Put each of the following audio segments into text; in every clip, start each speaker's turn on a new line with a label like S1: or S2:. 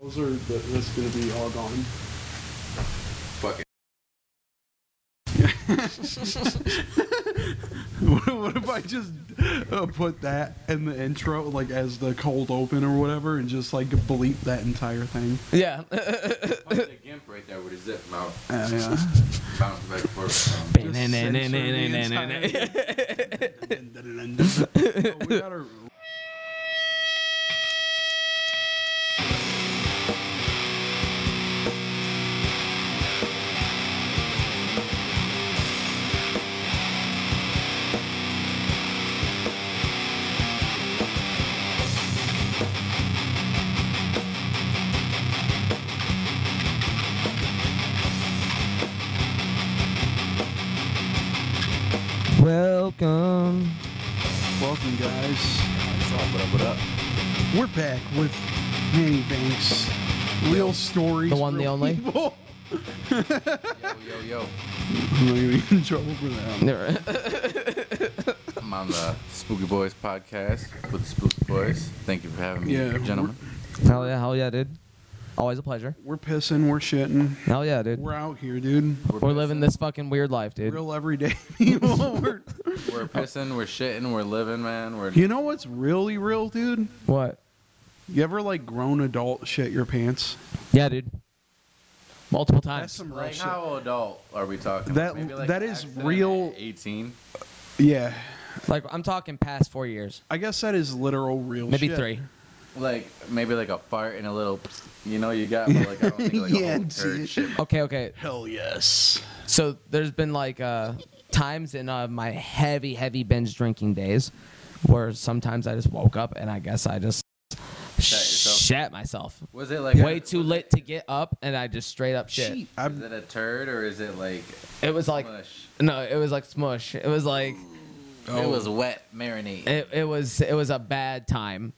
S1: Those are that- that's gonna be all gone.
S2: Fucking.
S1: what, what if I just uh, put that in the intro, like as the cold open or whatever, and just like bleep that entire thing?
S3: Yeah.
S2: Fucking the gimp right there with his zip mouth.
S1: Uh, yeah.
S2: Bounce back and forth. Um,
S1: Oh, we gotta-
S3: Welcome.
S1: Welcome, guys.
S2: what's up, what up, what up?
S1: We're back with Manny Banks. Real stories.
S3: The one,
S1: real
S3: the only?
S1: people.
S2: Yo, yo, yo.
S1: I'm not gonna get in trouble for that.
S2: I'm on the Spooky Boys podcast with the Spooky Boys. Thank you for having me,
S1: Yeah,
S2: gentlemen.
S3: Hell yeah, hell yeah, dude. Always a pleasure.
S1: We're pissing. We're shitting.
S3: Hell yeah, dude.
S1: We're out here, dude.
S2: We're,
S3: We're living this fucking weird life, dude.
S1: Real everyday people. We're-
S2: pissing- We're pissing, we're shitting, we're living, man. We're
S1: you know what's really real, dude?
S3: What?
S1: You ever like grown adult shit your pants?
S3: Yeah, dude. Multiple
S1: That's
S3: times.
S1: some real
S2: like,
S1: shit.
S2: how adult are we talking?
S1: That-
S2: Maybe, like,
S1: that is
S2: accident at
S1: real-
S2: 18.
S1: Yeah,
S3: Like I'm talking past four years,
S1: I guess that is literal real.
S3: maybe
S1: shit.
S3: three.
S2: Like maybe like a fart and a little, you know, you got. But, like I don't think like
S1: Yeah,
S2: a whole turd
S1: dude.
S2: shit.
S3: Okay, okay.
S1: Hell yes.
S3: So there's been like uh, times in uh, my heavy, heavy binge drinking days where sometimes I just woke up and I guess I just
S2: yourself?
S3: shat myself.
S2: Was it like
S3: Way too late to get up, and I just straight up shit.
S1: Shit. I,
S2: Is it a turd or is it like?
S3: It was like
S2: mush?
S3: no, it was like smush. It was like
S1: Oh.
S2: It was wet marinade.
S3: it, it was it was a bad time.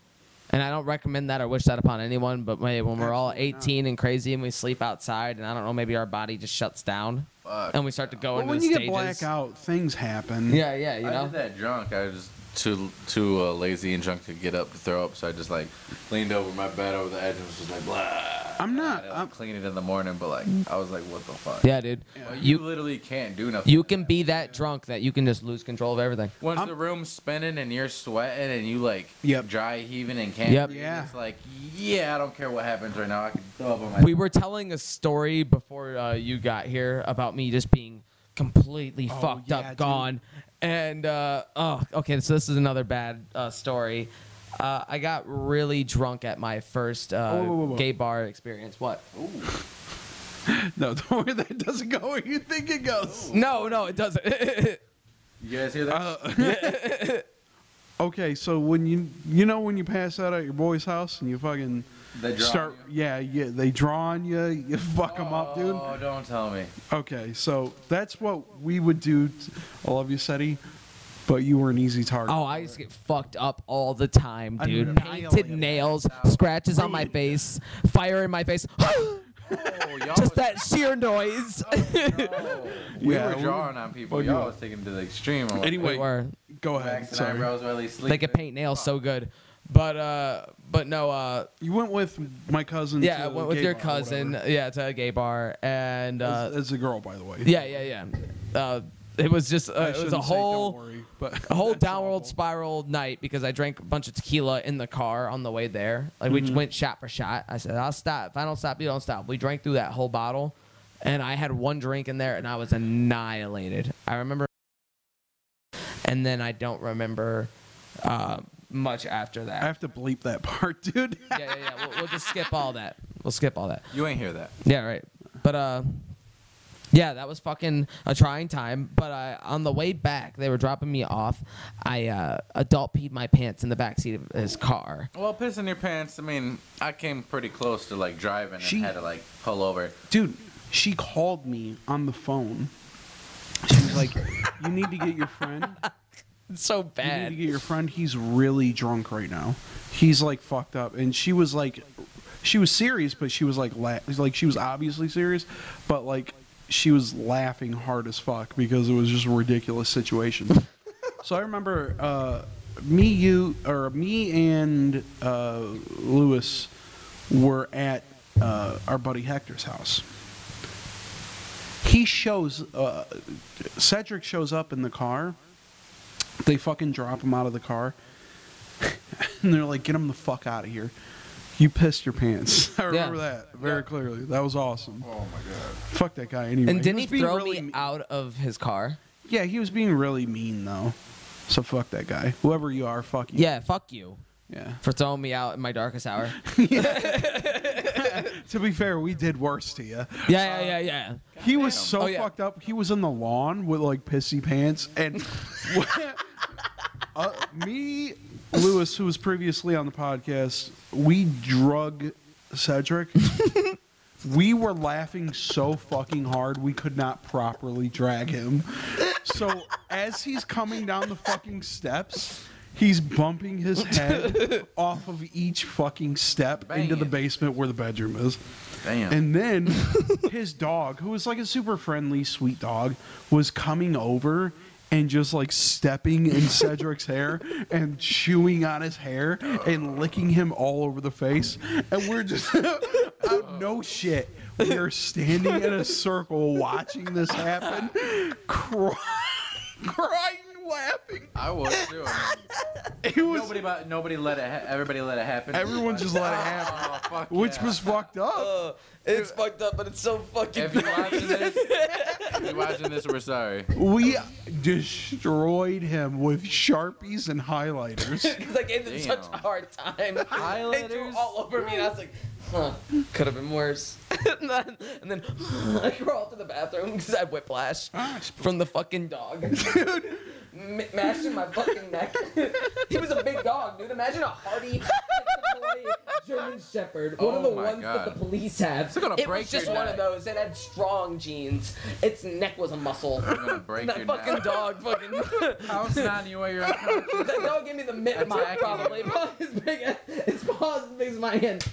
S3: And I don't recommend that or wish that upon anyone, but maybe when we're all
S1: Absolutely not.
S3: 18 and crazy and we sleep outside, and I don't know, maybe our body just shuts down
S2: Fuck.
S3: and we start to go
S1: but
S3: into
S1: when
S3: the
S1: you get
S3: stages.
S1: blackout, things happen.
S3: Yeah, yeah, you
S2: I
S3: know.
S2: did that drunk. I was too too uh, lazy and drunk to get up to throw up, so I just like leaned over my bed over the edge and was just like blah.
S1: I'm not-
S2: I had to,
S1: I'm-
S2: like, clean it in the morning, but like I was like, what the fuck?
S3: Yeah, dude.
S2: Well, you,
S3: You
S2: literally can't do nothing.
S3: you can be that drunk that you can just lose control of everything.
S2: Once
S1: I'm-
S2: the room's spinning and you're sweating and you like
S1: Yep.
S2: dry heaving and can't
S3: Yep.
S2: breathe,
S1: Yeah.
S2: it's like yeah, I don't care what happens right now. I can throw up on my
S3: We were telling a story before uh, you got here about me just being completely
S1: Oh,
S3: fucked
S1: yeah,
S3: up,
S1: dude.
S3: gone, and uh, oh, okay. So this is another bad uh, story. Uh, I got really drunk at my first uh,
S1: Oh, whoa, whoa, whoa.
S3: gay bar experience. What?
S1: No, don't worry, that doesn't go where you think it goes.
S3: No, no, it doesn't.
S2: You guys hear that?
S1: Uh, okay, so when you you know when you pass out at your boy's house and you fucking
S2: They draw
S1: start
S2: you?
S1: yeah yeah they draw on you you fuck them up dude
S2: Oh, don't tell me.
S1: okay so that's what we would do t- i love you seti but you were an easy target
S3: Oh, I just get fucked up all the time,
S1: I
S3: dude.
S1: need a
S3: Painted
S1: nail.
S3: nails, scratches on my face, fire in my face.
S2: Oh, y'all
S3: just
S2: was-
S3: that sheer noise.
S2: Oh, we
S1: Yeah,
S2: were
S1: we-
S2: drawing on people.
S1: oh,
S2: Y'all
S1: yeah.
S2: was taking it to the extreme. I'm like,
S1: Anyway,
S3: We were.
S1: go ahead
S2: Wax and
S1: sorry
S2: eyebrows while they sleep.
S3: They could paint nails so good. But uh but no uh
S1: you went with my cousin
S3: yeah, I
S1: to
S3: went with
S1: gay
S3: your
S1: bar or
S3: cousin
S1: whatever.
S3: yeah to a gay bar and
S1: as,
S3: uh
S1: as a girl by the way
S3: yeah yeah yeah. Uh it was just
S1: I
S3: uh, it was a
S1: shouldn't say
S3: whole
S1: don't worry, but
S3: a whole
S1: that's
S3: downward
S1: awful.
S3: spiral night because I drank a bunch of tequila in the car on the way there. Like
S1: Mm-hmm.
S3: we went shot for shot. I said, "I'll stop. If I don't stop, you don't stop." We drank through that whole bottle, and I had one drink in there, and I was annihilated. I remember, and then I don't remember uh, much after
S1: i
S3: that.
S1: have to bleep that part dude
S3: yeah, yeah, yeah. We'll, we'll just skip all that. We'll skip all that.
S2: You ain't hear that.
S3: Yeah, right. But uh yeah, that was fucking a trying time. But I, on the way back, they were dropping me off. I uh, adult peed my pants in the backseat of his car.
S2: Well, pissing your pants. I mean, I came pretty close to like driving and
S1: She-
S2: had to like pull over.
S1: dude she called me on the phone she was like you need to get your friend
S3: It's so
S1: You
S3: bad.
S1: need to get your friend. He's really drunk right now. He's like fucked up. And she was like, she was serious, but she was like, la- like she was obviously serious, but like she was laughing hard as fuck because it was just a ridiculous situation. so I remember uh, me, you, or me and uh, Lewis were at uh, our buddy Hector's house. He shows uh, Cedric shows up in the car. They fucking drop him out of the car, and they're like, "Get him the fuck out of here." You pissed your pants. I remember that very
S2: Yeah.
S1: clearly. That was awesome.
S2: Oh my god.
S1: Fuck that guy anyway.
S3: And didn't
S1: was
S3: he
S1: being
S3: throw
S1: really
S3: me
S1: me-
S3: out of his car?
S1: Yeah, he was being really mean though. So fuck that guy. Whoever you are, fuck you.
S3: Yeah, fuck you
S1: Yeah.
S3: for throwing me out in my darkest hour.
S1: To be fair, we did worse to you.
S3: Yeah, yeah, yeah, yeah.
S1: He was so
S3: Oh, yeah.
S1: fucked up. He was in the lawn with like pissy pants, and uh, me, Lewis, who was previously on the podcast, we drug Cedric. we were laughing so fucking hard we could not properly drag him. So as he's coming down the fucking steps. He's bumping his head off of each fucking step
S2: Bang
S1: into the
S2: it.
S1: basement where the bedroom is.
S2: Damn.
S1: And then his dog, who was like a super friendly, sweet dog, was coming over and just like stepping in Cedric's hair and chewing on his hair and licking him all over the face. And we're just, oh, no shit. We are standing in a circle watching this happen, crying, crying laughing.
S2: I was too. I mean,
S1: It was,
S2: nobody, bu- nobody let it. Ha- everybody let it happen.
S1: everyone just let it happen,
S2: Oh, fuck
S1: which
S2: yeah.
S1: was fucked up.
S3: Uh, it's fucked up, but it's so fucking.
S2: If you're watching this, if you're watching this, we're sorry.
S1: We destroyed him with sharpies and highlighters.
S3: Because I gave them
S2: Damn.
S3: such a hard time. They threw
S2: Highlighters?
S3: all over me, and I was like, huh, could have been worse. and then, and then I crawled to the bathroom because I had whiplash from the fucking dog. Dude, m- mashing my fucking neck. he was a big dog, dude. Imagine a hardy. German Shepherd, one
S2: Oh
S3: of the
S2: my
S3: ones that
S2: God.
S3: the police have.
S2: It's gonna
S3: it
S2: break
S3: was just
S2: your
S3: one
S2: neck.
S3: of those. It had strong genes. Its neck was a muscle.
S2: We're gonna break
S3: that
S2: your
S3: fucking
S2: neck.
S3: dog fucking
S2: How snotty you are, you're unconscious.
S3: that dog gave me the mitt
S2: That's
S3: mark,
S2: accurate.
S3: probably. Probably as big as, his paws as big as my hand.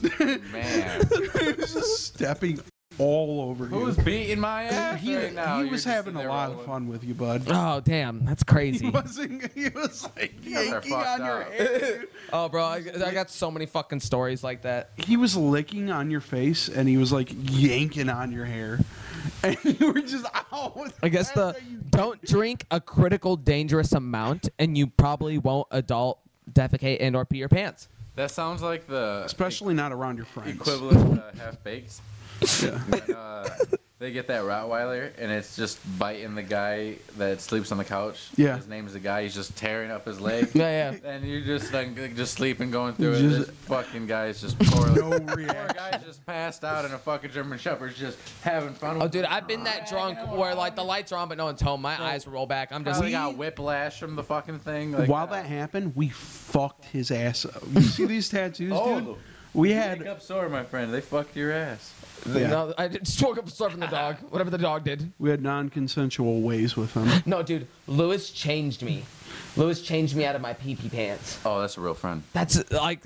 S2: Man,
S1: he was just stepping all over
S2: who's
S1: you.
S2: beating my ass
S1: He,
S2: right now?
S1: he
S2: You're
S1: was
S2: just
S1: having
S2: sitting
S1: a
S2: there
S1: lot of
S2: rolling.
S1: fun with you, bud.
S3: Oh, damn. That's
S1: He
S3: crazy.
S1: wasn't. He was like
S2: are
S1: yanking on
S2: fucked
S1: your
S2: up.
S1: hair.
S3: Oh, bro, I, I got so many fucking stories like that.
S1: He was licking on your face, and he was like yanking on your hair, and you were just "Oh, ow.
S3: I guess the
S1: That's how you-
S3: don't drink a critical dangerous amount and you probably won't adult defecate and or pee your pants.
S2: That sounds like the
S1: especially not around your
S2: e-
S1: friends.
S2: equivalent of uh, half bakes.
S1: Yeah.
S2: Uh, they get that Rottweiler, and it's just biting the guy that sleeps on the couch.
S1: Yeah.
S2: His name's the guy. He's just tearing up his leg.
S3: Yeah, yeah.
S2: And you're just like just sleeping, going through it.
S1: Just-
S2: This fucking guy's just poor.
S1: No
S2: Poor
S1: reaction.
S2: guy's just passed out, and a fucking German Shepherd's just having fun.
S3: Oh,
S2: with
S3: dude,
S2: him.
S3: I've been that drunk where like the lights are on but no one's home. My eyes roll back. I'm just
S2: Probably
S3: like, "Ah,
S2: got whiplash from the fucking thing. Like, uh,
S1: While that happened, we fucked his ass up. You see these tattoos,
S2: Oh,
S1: dude? We had
S2: Wake up sore, my friend. They fucked your ass.
S1: Yeah.
S3: no, I just woke up from the dog. Whatever the dog did.
S1: We had non-consensual ways with him.
S3: No, dude, Lewis changed me. Lewis changed me out of my pee pee pants.
S2: Oh, that's a real friend.
S3: That's like,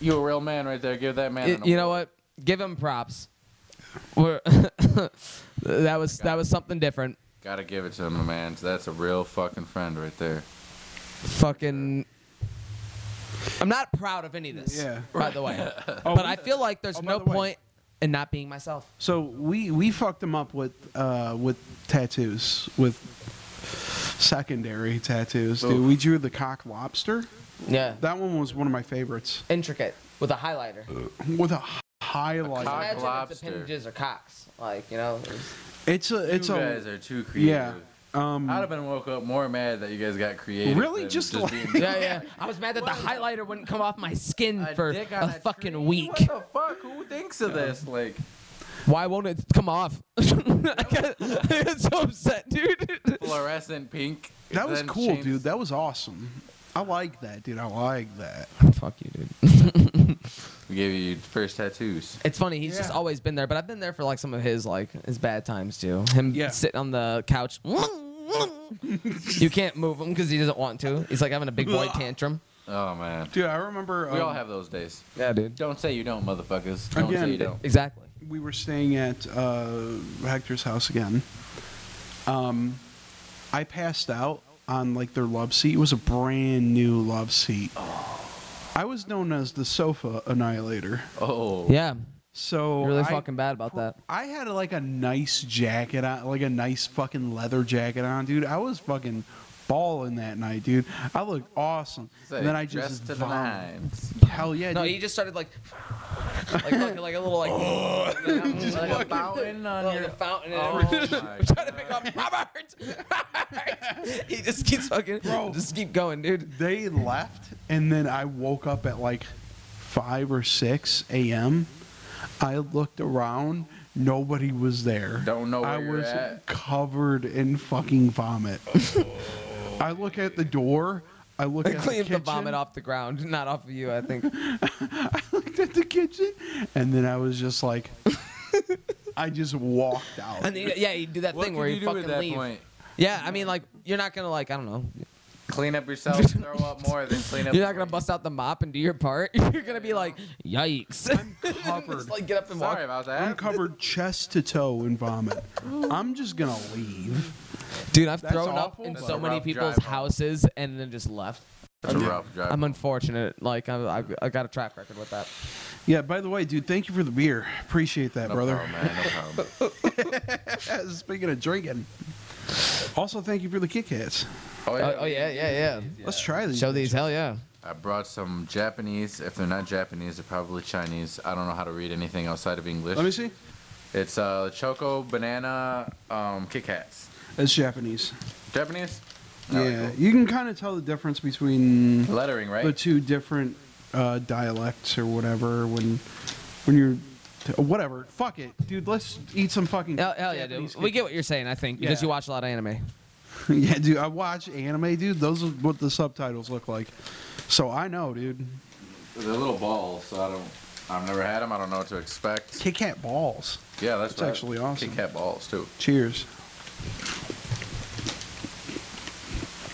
S2: You a real man right there. Give that man.
S3: y-
S2: an award.
S3: you know what? Give him props. We're that was that was something different.
S2: Gotta give it to him, man. That's a real fucking friend right there.
S3: Fucking. I'm not proud of any of this.
S1: Yeah.
S3: By the way,
S1: Oh,
S3: but
S1: we-
S3: I feel like there's
S1: oh, by
S3: no
S1: the way.
S3: point in not being myself.
S1: So we we fucked him up with uh, with tattoos with secondary tattoos, dude.
S2: Oof.
S1: We drew the cock lobster.
S3: Yeah.
S1: That one was one of my favorites
S3: Intricate with a highlighter.
S1: with a h- highlight.
S2: cock-
S3: Imagine it's
S2: lobster.
S3: appendages or cocks. Like you know. it's-
S1: It's a it's
S2: you
S1: a
S2: guys are too creative.
S1: yeah.
S2: I'd
S1: Um,
S2: have been woke up more mad that you guys got creative.
S1: Really?
S2: than
S1: Just like-
S2: being-
S3: Yeah, yeah. I was mad that the highlighter wouldn't come off my skin
S2: a
S3: for
S2: dick on
S3: a
S2: tree?
S3: fucking week.
S2: What the fuck? Who thinks of this? Like,
S3: Why won't it come off? I, got, I got so upset, dude.
S2: fluorescent pink.
S1: that was
S2: then
S1: cool,
S2: change-
S1: dude. That was awesome. I like that, dude. I like that.
S3: Fuck you, dude.
S2: We gave you your first tattoos.
S3: It's funny. He's just
S1: Yeah.
S3: always been there, but I've been there for like some of his like his bad times too. Him
S1: Yeah.
S3: sitting on the couch. you can't move him because he doesn't want to. He's like having a big boy tantrum.
S2: Oh man,
S1: Dude, I remember
S2: we
S1: um,
S2: all have those days.
S3: Yeah, dude.
S2: Don't say you don't, motherfuckers. Don't
S1: Again,
S2: say you don't.
S3: Exactly.
S1: we were staying at uh, Hector's house again. Um, I passed out on like their love seat. It was a brand new love seat. I was known as the sofa annihilator.
S2: Oh.
S3: Yeah,
S1: So
S3: really
S1: I-
S3: fucking bad about that.
S1: I had like a nice jacket on, like a nice fucking leather jacket on, dude. I was fucking balling that night, dude. I looked awesome.
S2: Say,
S1: and then I
S2: dress
S1: just
S2: to the
S1: vomited.
S2: nines.
S1: Hell yeah,
S3: No,
S1: dude.
S3: he just started like, like fucking like a little like, like a fountain on your fountain. And
S2: Oh
S3: everything.
S2: my
S3: We're trying to pick up Robert. Robert. he just keeps fucking,
S1: Bro.
S3: just keep going, dude.
S1: they left and then i woke up at like 5 or 6 a.m i looked around nobody was there
S2: Don't know where
S1: i
S2: you're
S1: was
S2: at.
S1: covered in fucking vomit i look at the door i look
S3: They
S1: at the,
S3: cleaned the
S1: kitchen,
S3: vomit off the ground, not off of you, I think.
S1: i looked at the kitchen and then i was just like i just walked out
S3: And then, yeah, you do that
S2: What
S3: thing
S2: can
S3: where
S2: you
S3: you,
S2: do
S3: fucking
S2: at that
S3: leave.
S2: point?
S3: Yeah, I mean, like you're not gonna like I don't know.
S2: Clean up yourself, throw up more, then clean up.
S3: You're not gonna
S2: more.
S3: bust out the mop and do your part. You're gonna be like, yikes.
S1: covered
S3: just like get up and
S2: Sorry
S3: walk.
S2: about that.
S1: i'm covered chest to toe in vomit i'm just gonna leave
S3: Dude, I've
S1: That's
S3: thrown
S1: awful,
S3: up in
S1: but-
S3: so
S2: It's a
S3: many
S2: rough
S3: people's
S2: drive home.
S3: houses and then just left.
S2: That's a rough drive.
S3: I'm unfortunate. Like I'm, I've, I've got a track record with that.
S1: yeah by the way dude thank you for the beer appreciate that
S2: no
S1: brother Uh,
S2: problem, man. No problem.
S1: Speaking of drinking, also thank you for the Kit Kats.
S2: Oh
S3: Oh, oh yeah, yeah,
S1: Let's try
S3: yeah.
S1: these.
S3: Show these, hell yeah.
S2: I brought some Japanese. If they're not Japanese, they're probably Chinese. I don't know how to read anything outside of English.
S1: Let me see.
S2: It's uh, choco banana um, Kit Kats.
S1: It's Japanese.
S2: Japanese. All right,
S1: Yeah,
S2: Oh, cool.
S1: you can kind of tell the difference between
S2: Lettering, right?
S1: the two different uh, dialects or whatever when when you're t- whatever. Fuck it, dude. Let's eat some fucking.
S3: Hell, hell yeah,
S1: Japanese
S3: dude. We
S1: Kit
S3: get what you're saying, I think, because
S1: Yeah.
S3: you watch a lot of anime.
S1: Kats. yeah, dude. I watch anime, dude. Those are what the subtitles look like. So I know, dude.
S2: They're little balls, so I don't. I've never had them. I don't know what to expect.
S1: Kit Kat balls.
S2: Yeah, that's
S1: It's
S2: what I-
S1: actually awesome.
S2: Kit Kat balls too.
S1: Cheers.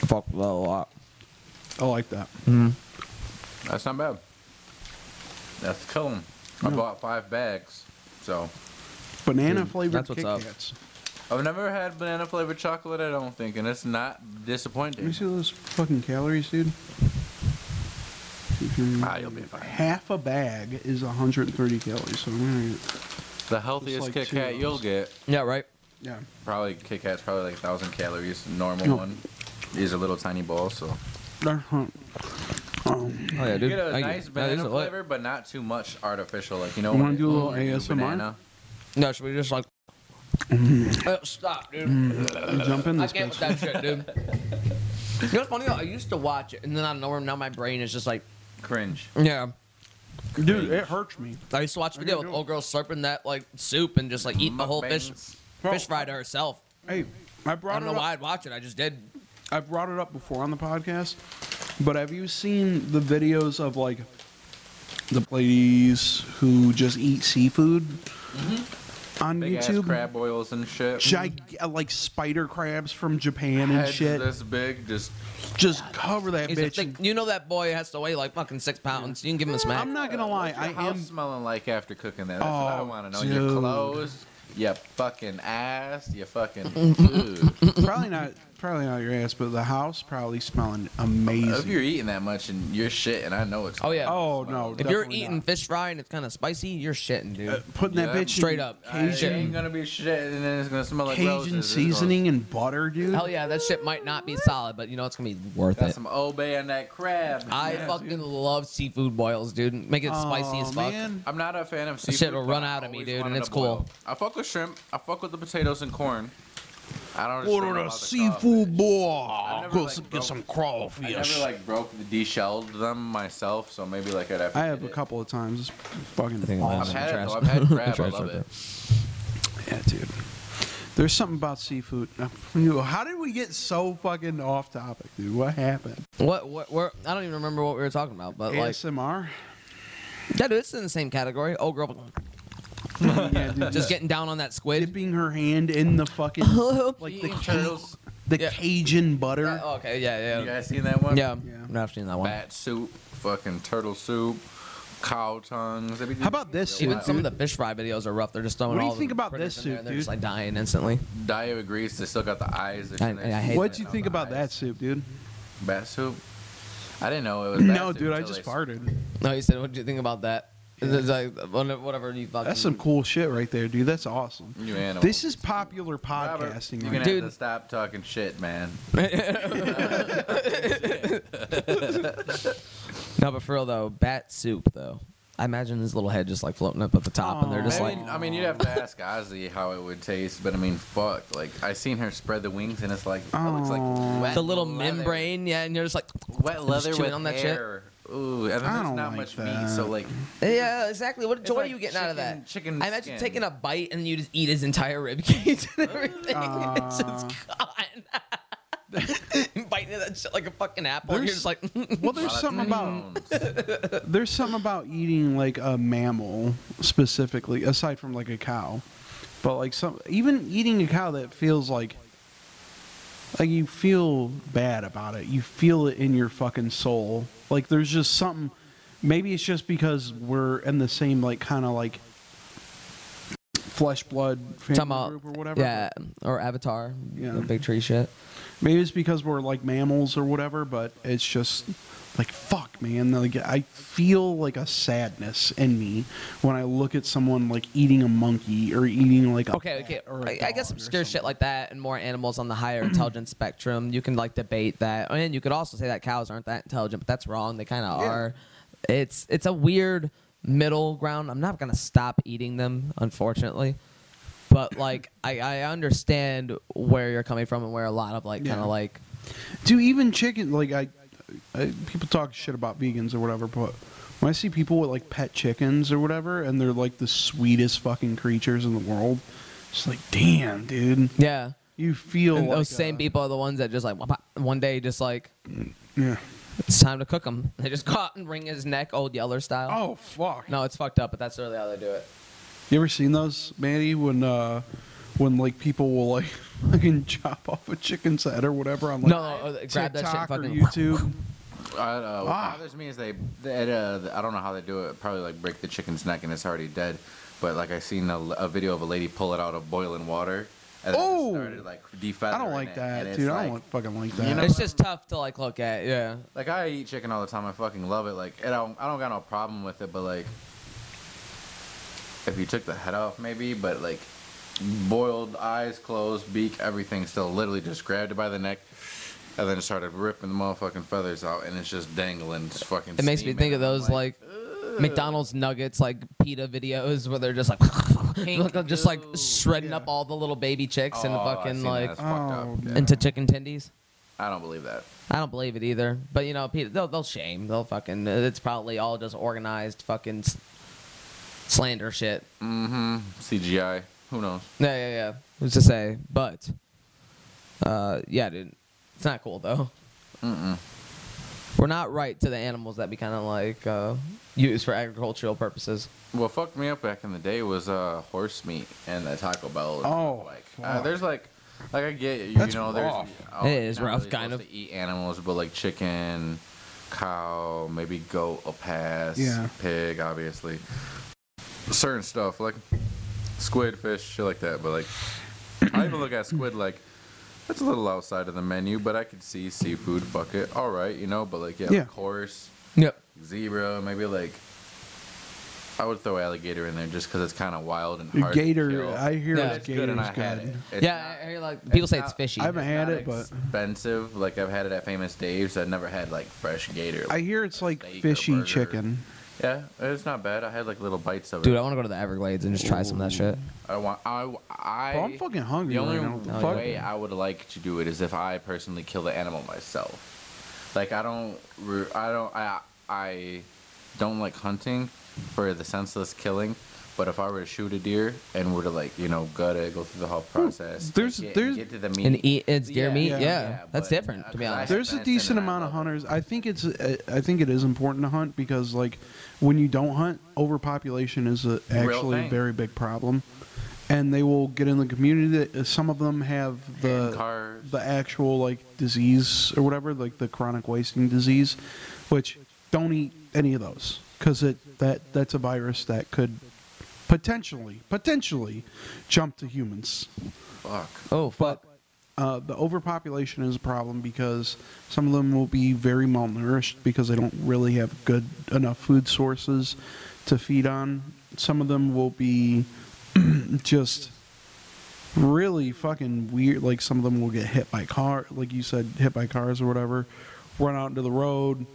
S3: Fuck that a lot.
S1: I like that.
S2: That's not bad. That's cool. I bought five bags, so
S1: Banana
S3: Dude,
S1: flavored
S3: that's
S1: Kit
S3: what's up.
S1: Kats.
S2: I've never had banana flavored chocolate. I don't think, and it's not
S1: Let me
S2: disappointing.
S1: see those fucking calories, dude.
S2: Ah, you'll be fine.
S1: Half a bag is 130 calories, so I'm gonna get,
S2: The healthiest
S1: like
S2: Kit
S1: two
S2: Kat
S1: of
S2: you'll
S1: those.
S2: get
S3: Yeah, right.
S1: yeah.
S2: Probably Kit Kat's probably like thousand calories, normal
S1: Yeah.
S2: one. These are little tiny balls, so
S1: They're hot. Um,
S3: Oh yeah,
S2: you
S3: dude.
S2: get a
S3: Thank you.
S2: nice
S3: No, these
S2: banana
S3: are lit.
S2: flavor, but not too much artificial. Like you know,
S1: You
S2: when
S1: wanna
S2: it's
S1: do a little
S2: when you
S1: ASMR?
S2: banana.
S3: No, should we just like? Oh, stop, dude.
S1: you jump in
S3: I
S1: this
S3: can't
S1: bitch.
S3: with that shit, dude. You know what's funny? though? I used to watch it, and then I don't know where now my brain is just like,
S2: Cringe.
S3: yeah.
S1: Dude, it hurts me.
S3: I used to watch video with
S1: do it.
S3: old girl slurping that like soup and just like eating the whole fish,
S2: Mukbangs.
S1: Bro.
S3: fish fry to herself.
S1: Hey, I
S3: I
S1: brought
S3: don't
S1: it
S3: know
S1: up.
S3: why I'd watch it. I just did.
S1: I brought it up before on the podcast, but have you seen the videos of like the ladies who just eat seafood
S3: Mm-hmm.
S1: on
S2: Big ass
S1: YouTube?
S2: crab oils and shit.
S1: Gig- uh, like spider crabs from Japan and
S2: Heads
S1: shit.
S2: this big, just
S1: Just cover that
S3: He's a
S1: bitch.
S3: thick- you know that boy has to weigh like fucking six pounds. You can give him a smack.
S1: I'm not gonna lie,
S2: What's your
S1: I
S2: house
S1: am
S2: smelling like after cooking that. That's what I
S1: Oh,
S2: want to know. Your
S1: dude.
S2: clothes, your fucking ass, your fucking food.
S1: probably not probably not your ass, but the house probably smelling
S2: if
S1: amazing.
S2: you're eating that much and you're shit, and I know it's
S3: Oh yeah.
S1: Oh no!
S3: If you're
S1: definitely
S3: eating
S1: not.
S3: fish fry and it's kind of spicy, you're shitting, dude.
S1: Uh, putting that
S2: Yeah.
S1: bitch in
S3: Straight up.
S2: I it ain't
S1: Cajun,
S2: gonna be shit, and then it's gonna smell like roses.
S1: Cajun
S2: It's
S1: seasoning and butter, dude.
S3: Hell yeah, that shit might not be solid, but you know it's gonna be worth
S2: Gonna, got
S3: it.
S2: some obey on that crab.
S3: I
S1: Yeah,
S3: fucking
S1: dude.
S3: love seafood boils, dude. Make it spicy
S1: Aw,
S3: as fuck.
S1: man.
S2: I'm not a fan of
S3: That
S2: seafood.
S3: shit will
S2: but
S3: run
S2: I
S3: out of me,
S2: always
S3: dude, and
S2: wanted
S3: it's
S2: a
S3: cool.
S2: boil. I fuck with shrimp. I fuck with the potatoes and corn. I don't. understand
S1: Order a
S2: about the
S1: seafood
S2: crawfish. I
S1: boil.
S2: never,
S1: Go
S2: like,
S1: s- get
S2: broke-
S1: some
S2: I
S1: crawfish.
S2: never like broke the deshelled them myself, so maybe like I'd have. To
S1: I have
S2: get
S1: a
S2: it.
S1: couple of times. It's fucking
S3: I think it
S1: awesome.
S2: I've
S3: Trash.
S2: had it. Though. I've had crab. I
S3: Trash
S2: love
S3: right
S2: it.
S1: Yeah, dude. There's something about seafood. How did we get so fucking off topic, dude? What happened?
S3: What? What? Where, I don't even remember what we were talking about, but like,
S1: ASMR?
S3: yeah, dude, it's in the same category. Old girl,
S1: yeah, dude.
S3: just getting down on that squid. Oh,
S1: dipping her hand in the fucking like the
S2: Eating
S1: ca-
S2: turtles.
S1: the
S3: Yeah.
S1: Cajun butter.
S3: Yeah, okay, yeah,
S2: You
S3: yeah,
S2: guys seen that one?
S3: yeah.
S1: Yeah.
S3: I'm not seeing that one.
S2: Bat soup, fucking turtle soup, cow tongues.
S1: How about this,
S3: Even
S1: dude?
S3: some of the fish fry videos are rough. They're just throwing
S1: What do you
S3: all the
S1: think about
S3: critters
S1: this
S3: in there,
S1: soup,
S3: They're just
S1: dude?
S3: like dying instantly.
S2: Dio agrees. They still got the eyes.
S3: I- I hate
S1: What'd
S3: that.
S1: you think about that soup, dude?
S2: Bat soup. I didn't know it was.
S1: No,
S2: acid
S1: dude, I
S2: until
S1: just
S2: they-
S1: farted.
S3: No, you said, what do you think about that? It's like, whatever you fucking.
S1: That's some cool shit right there, dude. That's awesome.
S2: You animal.
S1: This is popular
S2: Robert,
S1: podcasting.
S2: You're
S1: right
S2: gonna
S3: Dude.
S2: have to stop talking shit, man.
S3: No, but for real though, bat soup though. I imagine his little head just like floating up at the top, and they're just
S1: Aw.
S2: I
S3: like,
S2: mean, I mean, you'd have to ask Ozzy how it would taste, but I mean, fuck. Like, I seen her spread the wings, and it's like, that looks like
S1: Aw.
S2: wet
S3: the little
S2: leather.
S3: membrane, yeah, and you're just like,
S2: wet leather
S3: chewing
S2: with
S3: on that shit?
S2: hair. Ooh, and then
S1: I
S2: there's
S1: don't
S2: not
S1: like
S2: much
S1: that.
S2: meat, so like,
S3: yeah, exactly. What
S2: It's
S3: joy
S2: like
S3: are you getting out of
S2: chicken-
S3: that?
S2: chicken
S3: I
S2: skin.
S3: imagine taking a bite and you just eat his entire rib cage and everything. it's just gone. Biting at that shit like a fucking apple. and You're
S1: There's-
S3: just like,
S1: Well, there's
S2: lot of
S1: something about
S2: bones.
S1: there's something about eating like a mammal specifically, aside from like a cow, but like some even eating a cow that feels like like you feel bad about it. You feel it in your fucking soul. Like there's just something. Maybe it's just because we're in the same like kind of like flesh blood family
S3: talking about,
S1: group or whatever.
S3: yeah, or Avatar,
S1: Yeah.
S3: the big tree shit.
S1: Maybe it's because we're like mammals or whatever, but it's just like fuck, man. Like I feel like a sadness in me when I look at someone like eating a monkey or eating like a
S3: Okay, okay.
S1: cat Or a
S3: I, I guess
S1: dog or
S3: obscure shit
S1: something.
S3: like that and more animals on the higher intelligence spectrum. You can like debate that, and you could also say that cows aren't that intelligent, but that's wrong. They kind of
S1: Yeah.
S3: are. It's it's a weird middle ground. I'm not gonna stop eating them, unfortunately. But like, I, I understand where you're coming from and where a lot of like kind
S1: Yeah.
S3: of like
S1: Do even chicken like I, I people talk shit about vegans or whatever, but when I see people with like pet chickens or whatever, and they're like the sweetest fucking creatures in the world, it's like damn, dude.
S3: yeah.
S1: You feel
S3: And
S1: like uh,
S3: those same
S1: a-
S3: people are the ones that just like wha- one day just like
S1: Yeah.
S3: it's time to cook him. They just go out and wring his neck, old Yeller style.
S1: Oh fuck.
S3: No, it's fucked up, but that's really how they do it.
S1: You ever seen those, Manny? When uh, when like people will like fucking chop off a chicken's head or whatever on like
S3: No, no, uh, grab that shit and
S1: TikTok or
S3: fucking-
S1: YouTube.
S2: I, uh, what
S1: Ah.
S2: bothers me is they, they uh, I don't know how they do it. Probably like break the chicken's neck and it's already dead. But like I seen a, a video of a lady pull it out of boiling water. And then it
S1: Oh!
S2: started like defeathering
S1: I don't
S2: it,
S1: like that,
S2: and it's
S1: dude. I
S2: like-
S1: don't fucking like
S2: You
S1: that.
S2: know-
S3: It's just tough to like look at, yeah.
S2: Like I eat chicken all the time. I fucking love it. Like and I don't, I don't got no problem with it. But like, if you took the head off, maybe. But like, boiled, eyes closed, beak, everything still. Literally just grabbed it by the neck, and then started ripping the motherfucking feathers out, and it's just dangling. It's fucking.
S3: It makes me
S2: steaming,
S3: think of
S2: and I'm
S3: those like McDonald's nuggets, like pita videos where they're just like, look, just like
S2: goo,
S3: shredding
S1: yeah.
S3: up all the little baby chicks and
S2: "Oh, I
S3: fucking
S2: seen
S3: like
S2: that. It's fucked up.
S1: Oh,
S2: Yeah.
S3: into chicken tendies.
S2: I don't believe that.
S3: I don't believe it either, but you know, pita, they'll they'll shame, they'll fucking. It's probably all just organized fucking s- slander shit.
S2: Mm-hmm. CGI. Who knows?
S3: Yeah, yeah, yeah. Who's to say? But, uh, yeah, dude, it's not cool though.
S2: Mm-mm.
S3: We're not right to the animals that we kind of like uh, use for agricultural purposes.
S2: What fucked me up back in the day was uh, horse meat and the Taco Bell.
S1: Oh,
S2: like uh,
S1: fuck.
S2: there's like, like I get you,
S1: That's
S2: you know, there's
S1: rough.
S2: oh,
S3: It is
S2: you're not
S3: rough,
S2: really
S3: kind
S2: supposed
S3: of.
S2: to eat animals, but like chicken, cow, maybe goat, a pass,
S1: Yeah.
S2: pig, obviously, certain stuff like squid, fish, shit like that. But like, I even look at squid like. That's a little outside of the menu, but I could see seafood. Fuck it, all right, you know. But like, yeah,
S1: Yeah.
S2: of course,
S3: Yep.
S2: zebra, maybe like. I would throw alligator in there just because it's kind of wild and
S1: Your
S2: hard. to
S1: gator.
S2: kill.
S1: I hear
S3: Yeah.
S1: it's gator's
S2: It's good,
S1: good.
S2: and I had it. It's
S3: yeah,
S2: not-
S3: I hear like
S2: it's
S3: people say it's
S2: not-
S3: fishy.
S1: I haven't
S2: it's
S1: had
S2: not
S1: it, but
S2: expensive. Like I've had it at Famous Dave's. I've never had like fresh gator.
S1: I hear it's like
S2: Steak or
S1: fishy
S2: burger.
S1: chicken.
S2: yeah, it's not bad. I had like little bites of
S3: Dude, I
S2: it.
S3: want to go to the Everglades and just try some of that shit.
S2: I want. I. I
S1: Bro, I'm fucking hungry.
S2: The only
S1: right now. What the
S3: Oh,
S1: fuck?
S2: way I would like to do it is if I personally kill the animal myself. Like I don't, re- I don't, I, I don't like hunting for the senseless killing. But if I were to shoot a deer and were to like, you know, gut it, go through the whole process,
S1: there's-
S2: get,
S1: there's-
S2: get to the meat
S3: And eat it's deer
S2: Yeah.
S3: meat. Yeah,
S1: Yeah.
S2: Yeah,
S3: that's
S2: but,
S3: different
S2: uh,
S3: to be
S2: 'cause I
S3: honest.
S2: have-
S1: There's a
S2: Fence
S1: decent
S2: and I
S1: amount of
S2: love
S1: hunters. I think it's I I think it is important to hunt because like when you don't hunt, overpopulation is a, actually a
S2: thing.
S1: very big problem. And they will get in the community that uh, some of them have
S2: and
S1: the
S2: cars.
S1: the actual like disease or whatever, like the chronic wasting disease, which don't eat any of those cuz it that that's a virus that could potentially potentially jump to humans.
S2: Fuck.
S3: Oh fuck.
S1: But uh, the overpopulation is a problem because some of them will be very malnourished because they don't really have good enough food sources to feed on. Some of them will be just really fucking weird. Like some of them will get hit by car, like you said, hit by cars or whatever, run out into the road.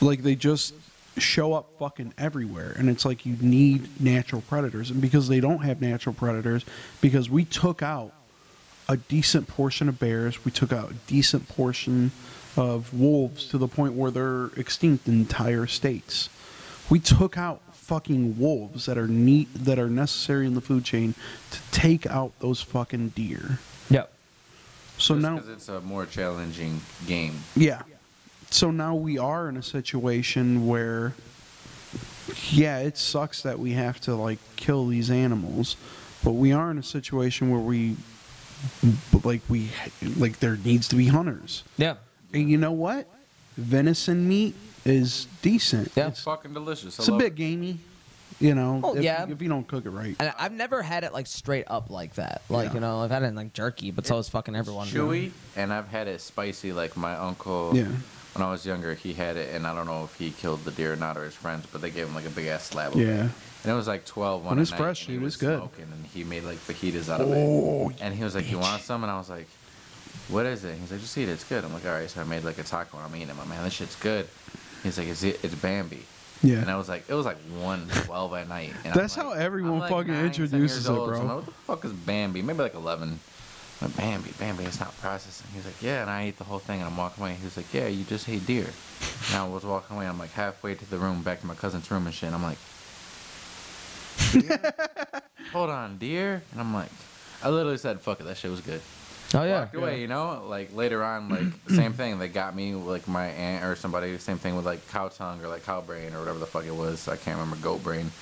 S1: Like they just show up fucking everywhere, and it's like you need natural predators, and because they don't have natural predators, because we took out a decent portion of bears, we took out a decent portion of wolves to the point where they're extinct in entire states. We took out fucking wolves that are neat that are necessary in the food chain to take out those fucking deer.
S3: Yep.
S1: So now
S2: because it's a more challenging game.
S1: yeah. So now we are in a situation where yeah, it sucks that we have to like kill these animals, but we are in a situation where we like we like there needs to be hunters.
S3: Yeah.
S1: And you know what? Venison meat is decent.
S3: Yeah.
S2: It's fucking delicious. I
S1: It's a
S2: love
S1: bit gamey, you know,
S3: Oh,
S1: if,
S3: yeah.
S1: if you don't cook it right.
S3: And I've never had it like straight up like that. Like
S1: Yeah.
S3: you know, I've had it in like jerky, but so is fucking everyone.
S2: chewy, and I've had it spicy. Like my uncle,
S1: Yeah.
S2: when I was younger, he had it, and I don't know if he killed the deer or not, or his friends, but they gave him like a big ass slab. Of it.
S1: Yeah.
S2: and it was like twelve one.
S1: When it's
S2: night,
S1: fresh,
S2: and he
S1: dude,
S2: was
S1: it's good.
S2: Smoking, and he made like fajitas out of
S1: Oh,
S2: it, and he was like, "You want some?" And I was like, "What is it?" He's like, "Just eat it. It's good." I'm like, "All right." So I made like a taco, and I'm eating it. My man, this shit's good. He's like, "It's it's Bambi."
S1: Yeah.
S2: And I was like, it was like 1, 12 at night. And I'm
S1: That's
S2: like-
S1: how everyone
S2: I'm like
S1: fucking
S2: 9, 10 years
S1: introduces it,
S2: old, so I'm
S1: bro.
S2: like, what the fuck is Bambi? Maybe like 11. I'm like, Bambi, Bambi, it's not processing. He's like, yeah. And I ate the whole thing and I'm walking away. He was like, yeah, you just ate deer. And I was walking away. I'm like halfway to the room, back to my cousin's room and shit. And I'm like, "Deer? hold on, deer? And I'm like, I literally said, fuck it, that shit was good
S3: Oh yeah.
S2: walked away, you know? Like later on, like same thing. They got me like my aunt or somebody, same thing with like cow tongue or like cow brain or whatever the fuck it was. I can't remember goat brain.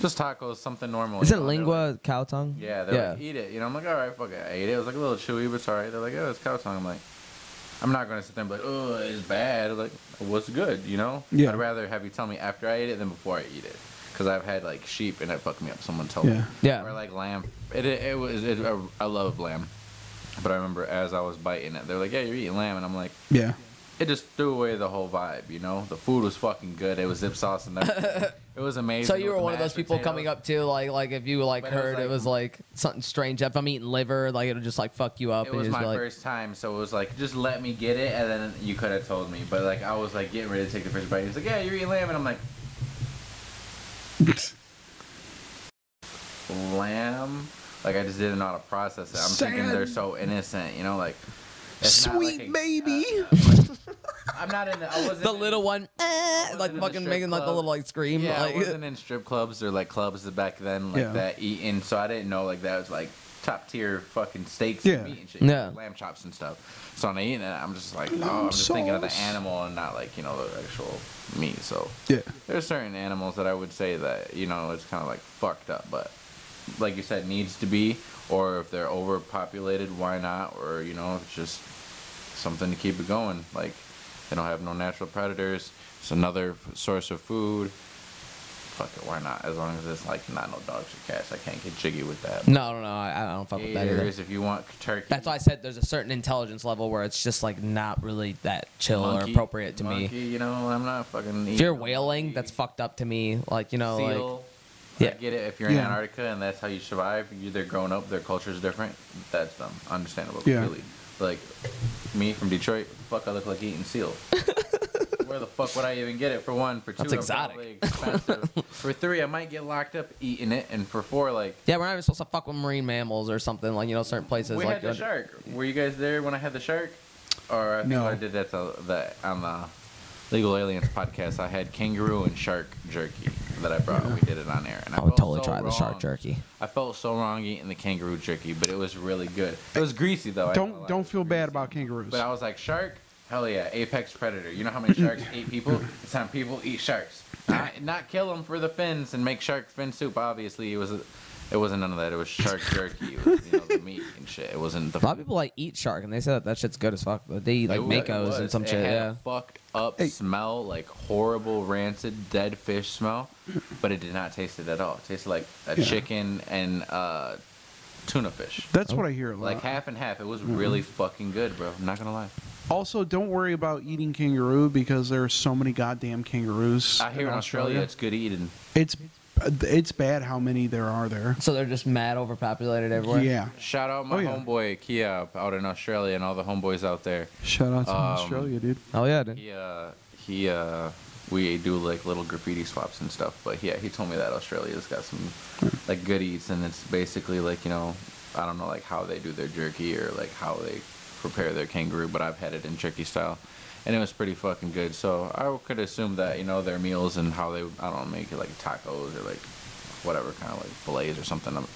S2: Just tacos, something normal.
S3: Is
S2: you
S3: it
S2: know? They're
S3: lingua
S2: like-
S3: cow tongue?
S2: yeah, they're like, eat it. You know, I'm like, all right, fuck it. I ate it. It was like a little chewy, but it's all right. They're like, oh, it's cow tongue. I'm like, I'm not gonna sit there and be like, oh, it's bad. Like, what's good? You know?
S1: Yeah.
S2: I'd rather have you tell me after I ate it than before I eat it, because I've had like sheep and it fucked me up. Someone told me.
S1: Yeah.
S3: Yeah.
S2: Or like lamb. It, it, it was. It, I love lamb, but I remember as I was biting it, they're like, "Yeah, you're eating lamb," and I'm like,
S1: yeah.
S2: it just threw away the whole vibe. You know, the food was fucking good. It was zip sauce and everything. it was amazing.
S3: So you
S2: with
S3: were
S2: the
S3: one of those
S2: mashed
S3: people coming
S2: potatoes.
S3: up to like like if you like
S2: But it was
S3: heard it
S2: like-
S3: was like something strange. If I'm eating liver, like it'll just like fuck you up.
S2: It
S3: and
S2: was
S3: you'll just
S2: my
S3: be like,
S2: first time, so it was like, just let me get it, and then you could have told me. But like, I was like getting ready to take the first bite. He's like, "Yeah, you're eating lamb," and I'm like, lamb. Like I just didn't know how to process it. I'm thinking they're
S1: Sad.
S2: so innocent, you know, like it's not
S1: Sweet
S2: like a- uh,
S1: baby.
S2: I'm not in the. I wasn't
S3: the
S2: in-
S3: little one, eh,
S2: wasn't
S3: like
S2: in the
S3: fucking
S2: strip
S3: making like the
S2: club.
S3: little like scream.
S2: Yeah,
S3: like,
S2: I wasn't in strip clubs or like clubs back then like
S1: Yeah.
S2: that eating, so I didn't know like that was like top tier fucking steaks
S1: Yeah.
S2: and meat and shit,
S3: Yeah.
S2: lamb chops and stuff. So when I eat it, I'm just like, oh, I'm just thinking of the
S1: sauce.
S2: animal and not like you know the actual meat. So
S1: Yeah.
S2: there's certain animals that I would say that you know it's kind of like fucked up, but like you said, needs to be, or if they're overpopulated, why not? Or you know, it's just something to keep it going. Like they don't have no natural predators. It's another f- source of food. Fuck it, why not? As long as it's like not no dogs or cats, I can't get jiggy with that.
S3: no, no, no, I, I don't fuck with that either.
S2: Ears, if you want turkey.
S3: That's why I said there's a certain intelligence level where it's just like not really that chill or
S2: monkey-
S3: appropriate to
S2: monkey,
S3: me.
S2: You know, I'm not fucking.
S3: If you're whaling, that's fucked up to me. Like you know,
S2: seal.
S3: like
S2: I
S3: Yeah.
S2: get it. If you're in
S1: Yeah.
S2: Antarctica and that's how you survive, you, they're grown up, their culture's different. That's them. Understandable.
S1: Yeah.
S2: Completely. Like, me from Detroit, fuck, I look like eating seal. Where the fuck would I even get it? For one, for two,
S3: That's
S2: I'm
S3: exotic.
S2: probably expensive. for three, I might get locked up eating it, and for four, like.
S3: yeah, we're not even supposed to fuck with marine mammals or something. Like you know, certain places
S2: we
S3: like
S2: had the
S3: under-
S2: shark. Were you guys there when I had the shark? Or I think
S1: No.
S2: I did that, to, that on the Legal Aliens podcast. I had kangaroo and shark jerky that I brought. We did it on air, and I,
S3: I would
S2: felt
S3: totally
S2: so
S3: try the shark
S2: wrong.
S3: jerky.
S2: I felt so wrong eating the kangaroo jerky, but it was really good. It was greasy though. I ain't gonna
S1: Don't
S2: lie, it
S1: don't
S2: was
S1: feel bad
S2: greasy.
S1: about kangaroos.
S2: But I was like, shark, hell yeah, apex predator. You know how many sharks eat people? It's time people eat sharks. Not, not kill them for the fins and make shark fin soup. Obviously, it was. It wasn't none of that. It was shark jerky. It was, you know, the meat and shit. It wasn't the.
S3: A lot of people like eat shark and they say that that shit's good as fuck. But they eat like
S2: It was- it
S3: makos and
S2: was.
S3: some
S2: It
S3: shit.
S2: had
S3: Yeah.
S2: a fucked up
S1: Hey.
S2: smell, like horrible rancid dead fish smell, but it did not taste it at all. It tasted like a
S1: Yeah.
S2: chicken and uh, tuna fish.
S1: That's what I hear a lot.
S2: Like half and half. It was really
S1: Mm-hmm.
S2: fucking good, bro. I'm not gonna lie.
S1: also, don't worry about eating kangaroo because there are so many goddamn kangaroos.
S2: I hear in Australia it's good eating.
S1: It's uh, it's bad how many there are there.
S3: So they're just mad overpopulated everywhere.
S1: Yeah.
S2: Shout out my
S1: Oh, yeah.
S2: homeboy Kia out in Australia and all the homeboys out there.
S1: Shout out to
S2: Um,
S1: Australia, dude.
S3: Oh yeah, dude.
S2: He uh he uh we do like little graffiti swaps and stuff, but yeah, he told me that Australia's got some like good eats and it's basically like, you know, I don't know like how they do their jerky or like how they prepare their kangaroo, but I've had it in jerky style. And it was pretty fucking good. So I could assume that, you know, their meals and how they I don't know, make it like tacos or like whatever kind of like blaze or something. um,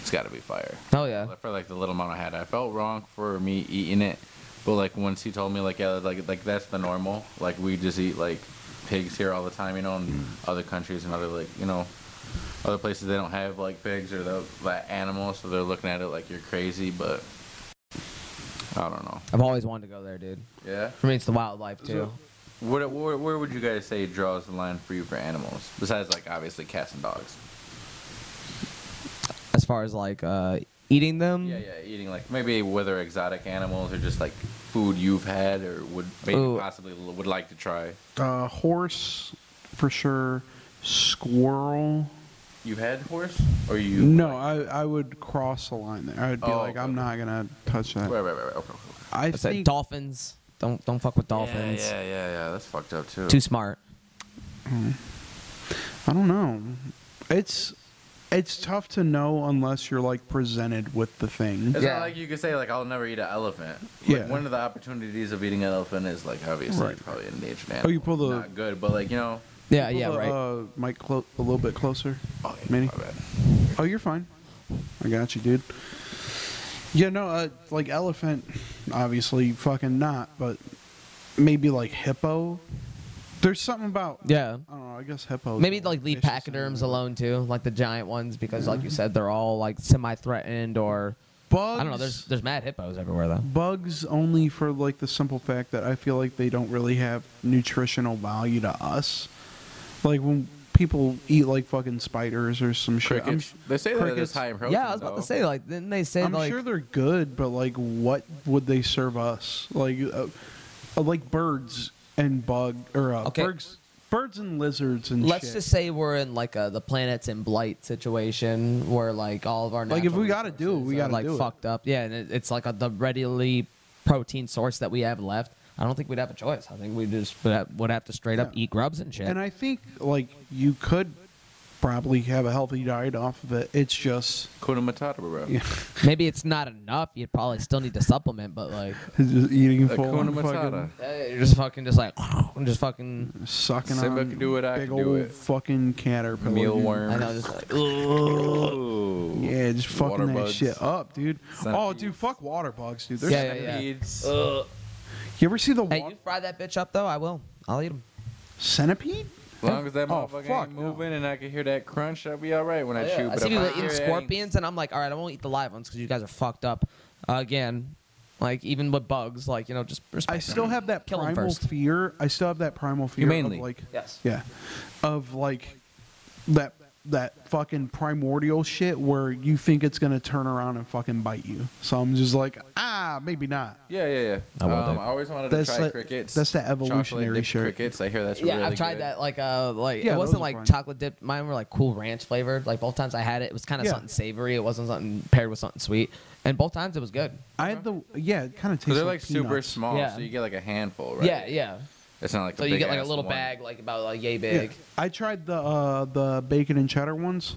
S2: It's gotta be fire.
S3: Oh yeah.
S2: Like, for like the little amount I had. I felt wrong for me eating it, but like once he told me like yeah like like that's the normal. Like we just eat like pigs here all the time, you know, in other countries and other like you know other places they don't have like pigs or the that animal, so they're looking at it like you're crazy. But I don't know.
S3: I've always wanted to go there, dude.
S2: Yeah.
S3: For me, it's the wildlife too.
S2: What, where, where would you guys say draws the line for you for animals? Besides, like, obviously cats and dogs.
S3: As far as like uh, eating them.
S2: Yeah, yeah, eating like maybe whether exotic animals or just like food you've had or would maybe
S3: Ooh.
S2: possibly l- would like to try.
S1: Uh, horse, for sure. Squirrel.
S2: You had horse or you?
S1: No,
S2: like-
S1: I, I would cross the line there. I would be
S2: Oh,
S1: like,
S2: okay,
S1: I'm not gonna touch that.
S2: Right, right, right, right. Okay, okay.
S1: I
S3: I said
S1: think
S3: dolphins. Don't don't fuck with dolphins.
S2: Yeah, yeah, yeah, yeah. That's fucked up too.
S3: Too smart.
S1: I don't know. It's it's tough to know unless you're like presented with the thing.
S2: It's
S3: Yeah.
S2: not like you could say like I'll never eat an elephant. Like,
S1: Yeah.
S2: One of the opportunities of eating an elephant is like obviously
S1: Right.
S2: probably an endangered animal.
S1: Oh, you pull the-
S2: not good, but like you know.
S3: Yeah,
S1: Pull
S3: yeah,
S1: the,
S3: right.
S1: Uh, mic clo- a little bit closer.
S2: Oh, yeah,
S1: Manny?
S2: my bad.
S1: Oh, you're fine. I got you, dude. Yeah, no, uh, like elephant, obviously fucking not, but maybe like hippo. There's something about
S3: yeah.
S1: I don't know. I guess hippo.
S3: Maybe like leave pachyderms alone too, like the giant ones, because like you
S1: Mm-hmm.
S3: said, they're all like semi-threatened or
S1: Bugs.
S3: I don't know. There's there's mad hippos everywhere though.
S1: bugs only for like the simple fact that I feel like they don't really have nutritional value to us. Like when people eat like fucking spiders or some shit. I'm,
S2: Crickets. They say that it's
S1: crickets.
S2: high in protein.
S3: yeah, I was about
S2: though.
S3: to say like then they say
S1: I'm
S3: like
S1: sure they're good, but like, what would they serve us? Like, uh, uh, like birds and bug or uh,
S3: Okay.
S1: birds, birds and lizards and
S3: let's
S1: shit.
S3: just say we're in like a the planets in blight situation where like all of our
S1: Like, if
S3: natural
S1: we gotta do it,
S3: resources
S1: we
S3: are,
S1: gotta
S3: like
S1: do it.
S3: fucked up. Yeah, and it, it's like a, the readily protein source that we have left. I don't think we'd have a choice. I think we just would have, would have to straight up
S1: Yeah.
S3: eat grubs and shit.
S1: and I think like you could probably have a healthy diet off of it. It's just
S2: Kuna matata, bro.
S1: Yeah.
S3: Maybe it's not enough. You'd probably still need to supplement, but like
S1: it's just eating
S2: A
S1: full
S2: kuna
S1: on
S2: matata.
S1: fucking
S3: eh, you're just fucking just like and just fucking
S1: sucking
S2: Simba
S1: on
S2: can do it, I
S1: big
S2: can
S1: old
S2: do it.
S1: fucking caterpillar. dude.
S2: Mealworm.
S3: I know just like
S2: Ooh.
S1: Yeah, just fucking
S2: Water
S1: that
S2: bugs.
S1: shit up, dude. Oh,
S2: Centipedes.
S1: dude, fuck water bugs, dude. There's,
S3: Yeah, yeah, yeah.
S2: Centipedes.
S1: You ever see the
S3: Hey,
S1: wa-
S3: you fry that bitch up though, I will. I'll eat them.
S1: centipede?
S2: As long as that
S1: Oh,
S2: motherfucker
S1: fuck,
S2: ain't
S1: no.
S2: moving and I can hear that crunch, I'll be all right when I chew.
S3: I
S2: but
S3: see
S2: if
S3: people
S2: hear
S3: eating
S2: it, I ain't-
S3: scorpions, and I'm like, all right, I won't eat the live ones because you guys are fucked up. Uh, again, like even with bugs, like you know, just respect
S1: I still have that
S3: Kill 'em
S1: primal
S3: first.
S1: fear. I still have that primal fear
S2: Humanely.
S1: of like
S3: Yes.
S1: yeah, of like that that fucking primordial shit where you think it's gonna turn around and fucking bite you. So I'm just like, ah, maybe not.
S2: Yeah, yeah,
S3: I
S2: yeah.
S3: want
S2: um,
S3: that.
S2: I always wanted
S1: That's
S2: to try
S1: like-
S2: crickets.
S1: that's that
S2: Chocolate
S1: evolutionary
S2: dipped
S1: shirt.
S2: Crickets. I hear that's
S3: Yeah,
S2: really
S3: I've tried
S2: good.
S3: that. Like, uh, like
S1: Yeah,
S3: it
S1: those
S3: wasn't
S1: are
S3: like
S1: fine.
S3: chocolate dip. Mine were like cool ranch flavored. Like both times I had it, it was kind of
S1: Yeah.
S3: something savory. It wasn't something paired with something sweet. And both times it was good.
S1: I had the yeah, it kind of tastes.
S2: Cause they're like super
S1: peanuts.
S2: small,
S3: Yeah.
S2: so you get like a handful, right?
S3: Yeah, yeah.
S2: It's not like
S3: So
S2: a
S3: you get like a
S2: big-ass
S3: little
S2: one.
S3: bag, like about like yay
S1: Yeah.
S3: big.
S1: I tried the uh, the bacon and cheddar ones.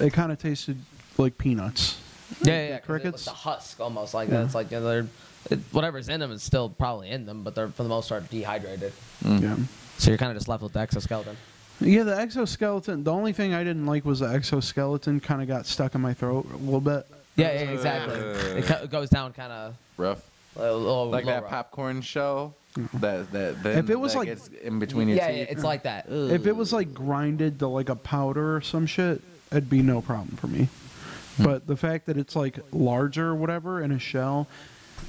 S1: It kind of tasted like peanuts.
S3: Yeah, yeah. yeah 'cause it-
S1: crickets?
S3: like, the husk almost like that. It's like you know, they're it, whatever's in them is still probably in them, but they're for the most part dehydrated.
S2: Mm.
S1: Yeah.
S3: So you're kind of just left with the exoskeleton.
S1: Yeah, the exoskeleton. The only thing I didn't like was the exoskeleton kind of got stuck in my throat a little bit.
S3: Yeah, yeah, exactly.
S2: Uh.
S3: it co- goes down kind of
S2: Rough. Like that popcorn shell. That that
S1: Mm-hmm.
S2: then
S1: If it was
S2: that
S1: like-
S2: gets in between your
S3: Yeah, yeah,
S2: teeth.
S3: it's like that.
S1: If it was like grinded to like a powder or some shit, it'd
S3: Hmm.
S1: be no problem for me. But the fact that it's like larger or whatever in a shell,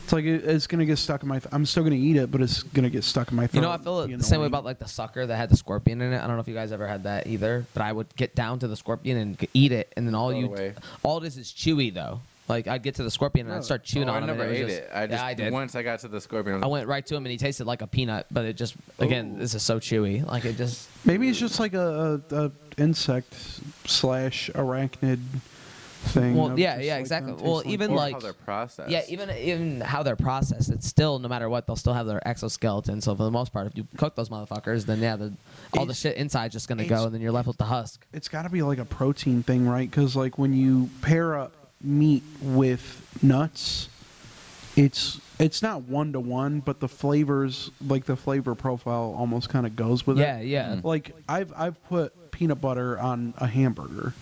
S1: It's like it, it's gonna get stuck in my. Th- I'm still gonna eat it, but it's gonna get stuck in my throat.
S3: You know, I feel
S1: and be
S3: the same way
S1: annoying.
S3: about like the sucker that had the scorpion in it. I don't know if you guys ever had that either, but I would get down to the scorpion and g- eat it, and then all
S2: Throw it
S3: you,
S2: away.
S3: all this is chewy though. Like I'd get to the scorpion and
S1: No.
S3: I'd start chewing
S2: Oh,
S3: on
S2: I
S3: him. and
S2: never
S3: it
S2: ate
S3: was
S2: it. I just
S3: yeah, I did.
S2: once I got to the scorpion.
S3: I went right to him and he tasted like a peanut, but it just again,
S2: Ooh.
S3: this is so chewy. Like it just
S1: Maybe it's just like a, a, a insect slash arachnid thing.
S3: Well,
S1: of
S3: yeah,
S1: just,
S3: yeah,
S1: like,
S3: exactly.
S1: not
S3: Well,
S1: tasting
S3: even,
S2: or
S1: pork.
S3: like-
S2: how they're processed.
S3: yeah, even even how they're processed, it's still no matter what, they'll still have their exoskeleton. So for the most part, if you cook those motherfuckers, then yeah, the, all the
S1: It's-
S3: shit inside's just gonna
S1: it's-
S3: go, and then you're left with the husk.
S1: it's got to be like a protein thing, right? Because like when you pair up meat with nuts, it's it's not one to one, but the flavors, like the flavor profile, almost kind of goes with
S3: Yeah,
S1: it.
S3: yeah.
S2: Mm.
S1: Like I've I've put peanut butter on a hamburger.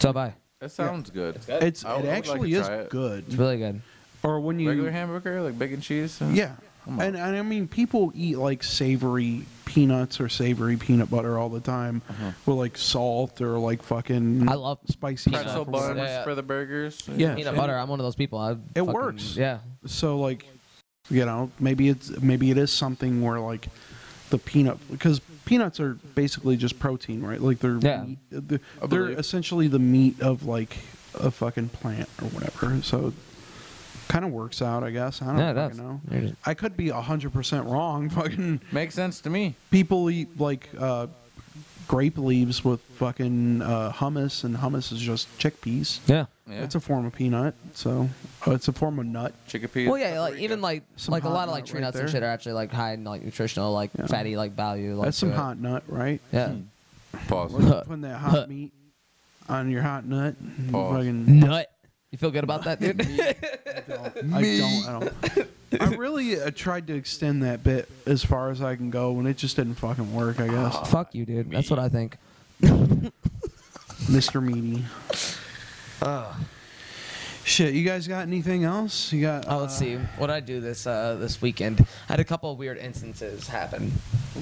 S3: So bye.
S2: That sounds good. It's
S1: It's
S2: I would-
S1: it
S2: I would like
S1: actually
S2: to
S1: is
S2: try it.
S3: It's
S1: good.
S3: really good.
S1: Or when you
S2: Regular hamburger, like bacon cheese.
S1: Yeah.
S2: Come on.
S1: And, and I mean, people eat like savory peanuts or savory peanut butter all the time
S2: Uh-huh.
S1: with like salt or like fucking
S3: I love
S1: spicy
S3: peanut
S2: Pretzel
S1: stuff or whatever.
S2: buns
S3: Yeah, yeah.
S2: for the burgers.
S1: Yeah.
S3: peanut
S1: it-
S3: butter. I'm one of those people. I it
S1: works.
S3: Yeah.
S1: So like, you know, maybe it's maybe it is something where like the peanut because peanuts are basically just protein, right? Like they're
S3: Yeah.
S1: meat- they're,
S2: I
S1: they're
S2: believe.
S1: essentially the meat of like a fucking plant or whatever. So kind of works out, I guess. I don't
S3: Yeah, it
S1: fucking
S3: does.
S1: know.
S3: You're just-
S1: I could be hundred percent wrong. Fucking.
S2: Makes sense to me.
S1: people eat like uh, grape leaves with fucking uh, hummus, and hummus is just chickpeas.
S3: Yeah.
S2: Yeah.
S1: It's a form of peanut, so oh, it's a form of nut.
S2: chickpea.
S3: Well, yeah, like even like
S1: Some
S3: like a
S1: hot
S3: lot of
S1: nut
S3: like tree
S1: right
S3: nuts and
S1: there.
S3: shit are actually like high in like nutritional like
S1: Yeah.
S3: fatty like value. Like,
S1: That's some
S3: to it.
S1: hot nut, right?
S3: Yeah.
S1: We're
S2: Pause.
S1: just putting that hot meat on your hot nut. and
S2: Pause.
S1: Fucking,
S3: Nut. You feel good about that, dude?
S1: I don't. I don't. I really uh, tried to extend that bit as far as I can go, and it just didn't fucking work. I guess,
S3: Fuck you, dude. That's what I think.
S1: Mr. Meaty.
S3: Ah.
S1: Shit, you guys got anything else? You got? uh,
S3: Oh, let's see. What did I do this uh, this weekend? I had a couple of weird instances happen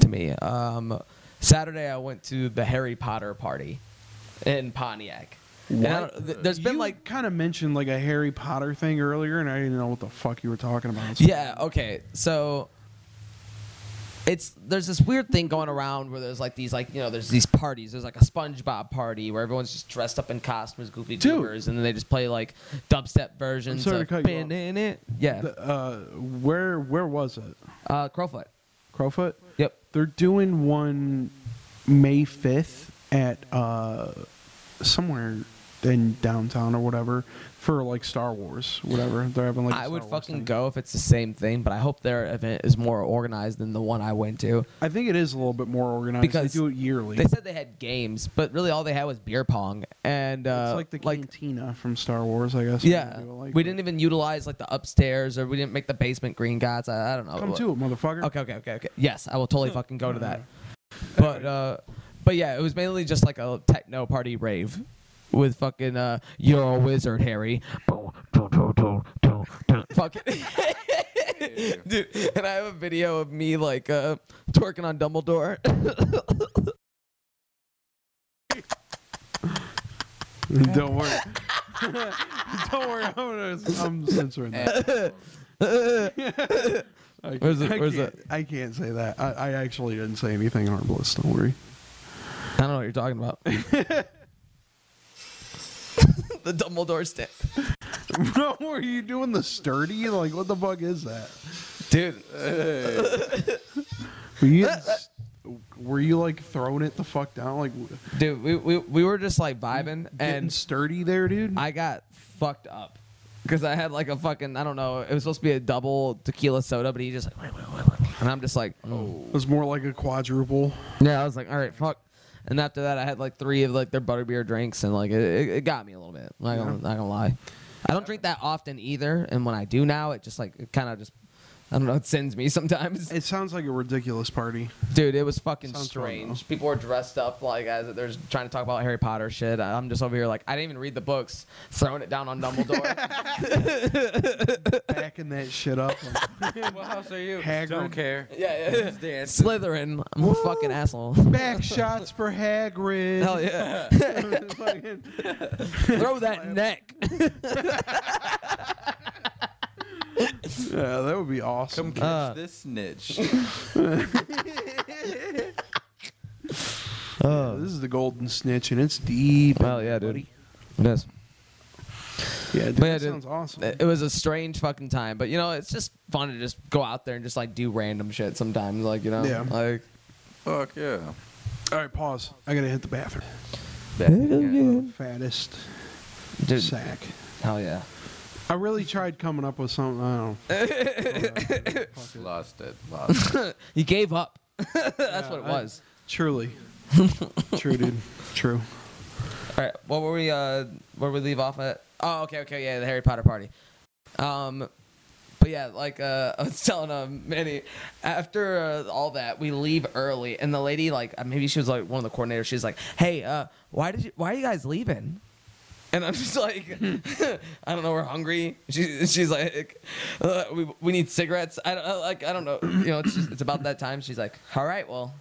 S3: to me. Um, Saturday, I went to the Harry Potter party in Pontiac. And I don't- th- there's been
S1: you
S3: like
S1: kind of mentioned like a Harry Potter thing earlier, and I didn't know what the fuck you were talking about.
S3: Yeah, okay. So it's there's this weird thing going around where there's like these like you know there's these parties there's like a SpongeBob party where everyone's just dressed up in costumes goofy
S1: Dude.
S3: goobers and then they just play like dubstep versions
S1: sorry to
S3: of
S1: cut you off.
S3: in it yeah
S1: The- uh, where where was it?
S3: uh, Crowfoot
S1: Crowfoot.
S3: yep
S1: They're doing one May fifth at uh somewhere in downtown or whatever for like Star Wars, whatever. They're having like. I
S3: I would fucking go if it's the same thing but I hope their event is more organized than the one I went to
S1: I think it is a little bit more organized.
S3: Because
S1: they do it yearly.
S3: they said they had games but really all they had was beer pong and
S1: it's
S3: uh,
S1: like the cantina from Star Wars, I guess.
S3: Yeah,
S1: They do it like
S3: we
S1: that.
S3: didn't even utilize like the upstairs, or we didn't make the basement green gods. I, I don't know.
S1: come to it, motherfucker.
S3: Okay, okay, okay, okay. Yes, I will totally fucking go to that. But uh, but yeah, it was mainly just like a techno party rave with fucking uh, you're a wizard, Harry. fucking. Dude, and I have a video of me like uh, twerking on Dumbledore.
S1: Don't worry. Don't worry. I'm, gonna, I'm censoring that. I,
S3: Where's it-
S1: I
S3: where's
S1: can't, I can't say that. I, I actually didn't say anything harmless. Don't worry.
S3: I don't know what you're talking about. the Dumbledore stick.
S1: Bro, are you doing the sturdy? Like, what the fuck is that?
S3: Dude,
S1: Were you, Uh, were you like throwing it the fuck down? Like, w-
S3: dude, we, we, we were just like vibing
S1: getting
S3: and
S1: sturdy there, dude?
S3: I got fucked up. Because I had like a fucking, I don't know, it was supposed to be a double tequila soda, but he just like, and I'm just like, oh.
S1: it was more like a quadruple.
S3: yeah, I was like, all right, fuck. And after that, I had like three of like their butterbeer drinks, and like it, it, it got me a little bit. I'm not, gonna,
S1: Yeah.
S3: not gonna lie. I don't drink that often either, and when I do now, it just like, it kind of just, I don't know, it sends me sometimes.
S1: It sounds like a ridiculous party.
S3: Dude, it was fucking
S1: Sounds fun,
S3: strange.
S1: though.
S3: People were dressed up like as they're just trying to talk about Harry Potter shit. I'm just over here like I didn't even read the books, throwing it down on Dumbledore.
S1: Backing that shit up.
S2: what house are you?
S1: Hagrid.
S2: Don't care.
S3: yeah, yeah.
S2: Just dance.
S3: Slytherin. I'm a fucking asshole.
S1: Back shots for Hagrid.
S3: Hell yeah.
S1: Fucking-
S3: Throw that neck.
S1: Yeah, that would be awesome.
S2: Come catch
S3: Uh,
S2: this snitch.
S1: Yeah, this is the golden snitch, and it's deep.
S3: Well, yeah, dude.
S1: buddy.
S3: Yes.
S1: Yeah, dude,
S3: But yeah,
S1: that
S3: dude, Uh,
S1: sounds awesome.
S3: It it was a strange fucking time, but you know, it's just fun to just go out there and just like do random shit sometimes, like you know,
S1: Yeah.
S3: like
S2: Fuck yeah.
S1: All right, pause. I gotta hit the bathroom.
S2: That-
S1: Fattest
S3: just
S1: sack.
S3: hell yeah.
S1: I really tried coming up with something. I don't. know.
S2: Lost it. Lost it.
S3: You gave up. That's
S1: Yeah,
S3: what it
S1: I-
S3: was.
S1: Truly. True, dude. True.
S3: All right, what were we? Uh, where we leave off at? Oh, okay, okay, yeah, the Harry Potter party. Um, but yeah, like uh, I was telling um Manny, after uh, all that, we leave early, and the lady like uh, maybe she was like one of the coordinators. She's like, "Hey, uh, why did you? Why are you guys leaving?" And I'm just like, I don't know. We're hungry. She, she's like, uh, we, we need cigarettes. I don't uh, like. I don't know. You know, it's just, it's about that time. She's like, all right, well,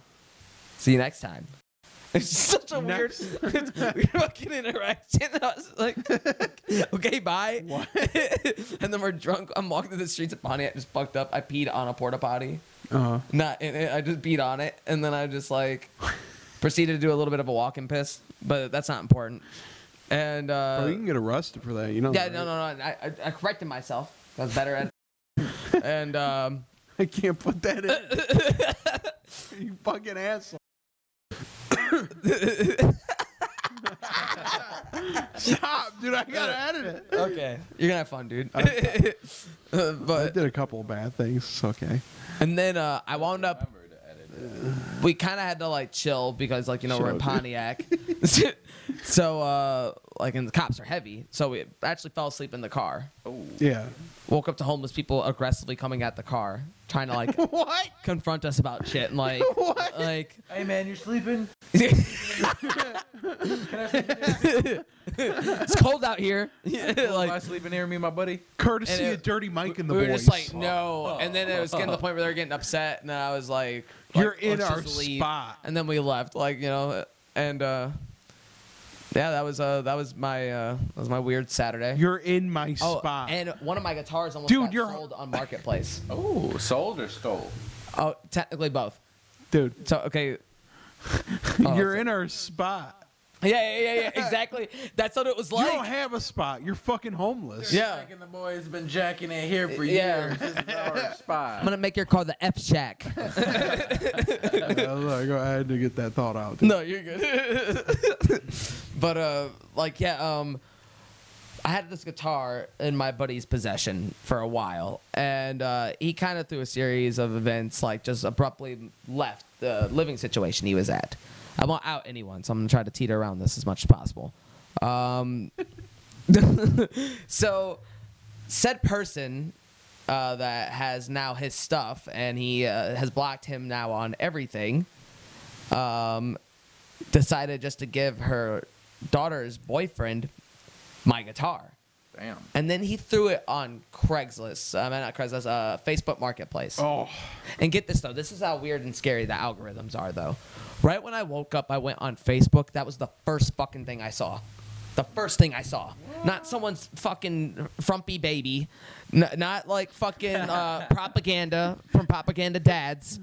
S3: see you next time. It's just such a weird, weird fucking interaction. I was like, okay, bye.
S1: What?
S3: and then we're drunk. I'm walking through the streets of Pontiac, just fucked up. I peed on a porta potty
S1: Uh,
S3: not in it. I just beat on it, and then I just like proceeded to do a little bit of a walk and piss, but that's not important. And uh,
S1: bro, you can get arrested for that. You know.
S3: yeah,
S1: that,
S3: no,
S1: right?
S3: no, no. I, I, I corrected myself. I was better at. and um,
S1: I can't put that in. you fucking asshole. Stop, dude. I gotta
S3: Uh,
S1: edit it.
S3: okay, you're gonna have fun, dude. Uh,
S1: I
S3: but
S1: did a couple of bad things. It's okay.
S3: and then uh, I wound up.
S2: Remember to edit it.
S3: we kind of had to like chill because like you know we're in
S1: Chill, dude.
S3: Pontiac, so uh, like and the cops are heavy, so we actually fell asleep in the car.
S2: Oh.
S1: Yeah.
S3: Woke up to homeless people aggressively coming at the car, trying to like
S1: What?
S3: confront us about shit and like
S1: What?
S3: like
S2: Hey man, you're sleeping.
S3: it's
S2: Can I sleep in here?
S3: cold out here.
S2: Like, I
S3: like
S2: sleep in here, me and my buddy.
S1: Courtesy
S3: And it-
S1: of Dirty Mike and the
S3: we were
S1: boys.
S3: just like no, and then it was getting to the point where they were getting upset, and then I was like, like,
S1: You're in
S3: let's
S1: our
S3: just leave.
S1: spot.
S3: and then we left, like you know, and uh, yeah, that was uh that was my uh that was my weird Saturday.
S1: You're in my spot.
S3: oh, and one of my guitars almost
S1: Dude,
S3: got
S1: you're-
S3: sold on marketplace.
S2: Oh, sold or stole?
S3: oh, technically both.
S1: dude,
S3: So okay, Oh,
S1: you're
S3: so-
S1: in our spot.
S3: yeah, yeah, yeah, yeah, exactly. That's what it was
S1: you don't
S3: like.
S1: have a spot. You're fucking homeless.
S3: Yeah.
S2: Jack and the boys been jacking it here for
S3: Yeah.
S2: years. This is our spot.
S3: I'm gonna make your car the F Shack.
S1: I, was like, I had to get that thought out. dude.
S3: No, you're good. but uh, like yeah, um, I had this guitar in my buddy's possession for a while, and uh, he kind of through a series of events like just abruptly left the living situation he was at. I won't out anyone, so I'm gonna try to teeter around this as much as possible. Um, so said person uh, that has now his stuff and he uh, has blocked him now on everything um, decided just to give her daughter's boyfriend my guitar
S2: Damn.
S3: and then he threw it on craigslist i mean not craigslist uh, facebook marketplace
S1: Oh,
S3: and get this though, this is how weird and scary the algorithms are though. Right when I woke up, I went on Facebook. That was the first fucking thing I saw. The first thing I saw. Not someone's fucking frumpy baby. N- not like fucking uh, propaganda from propaganda dads.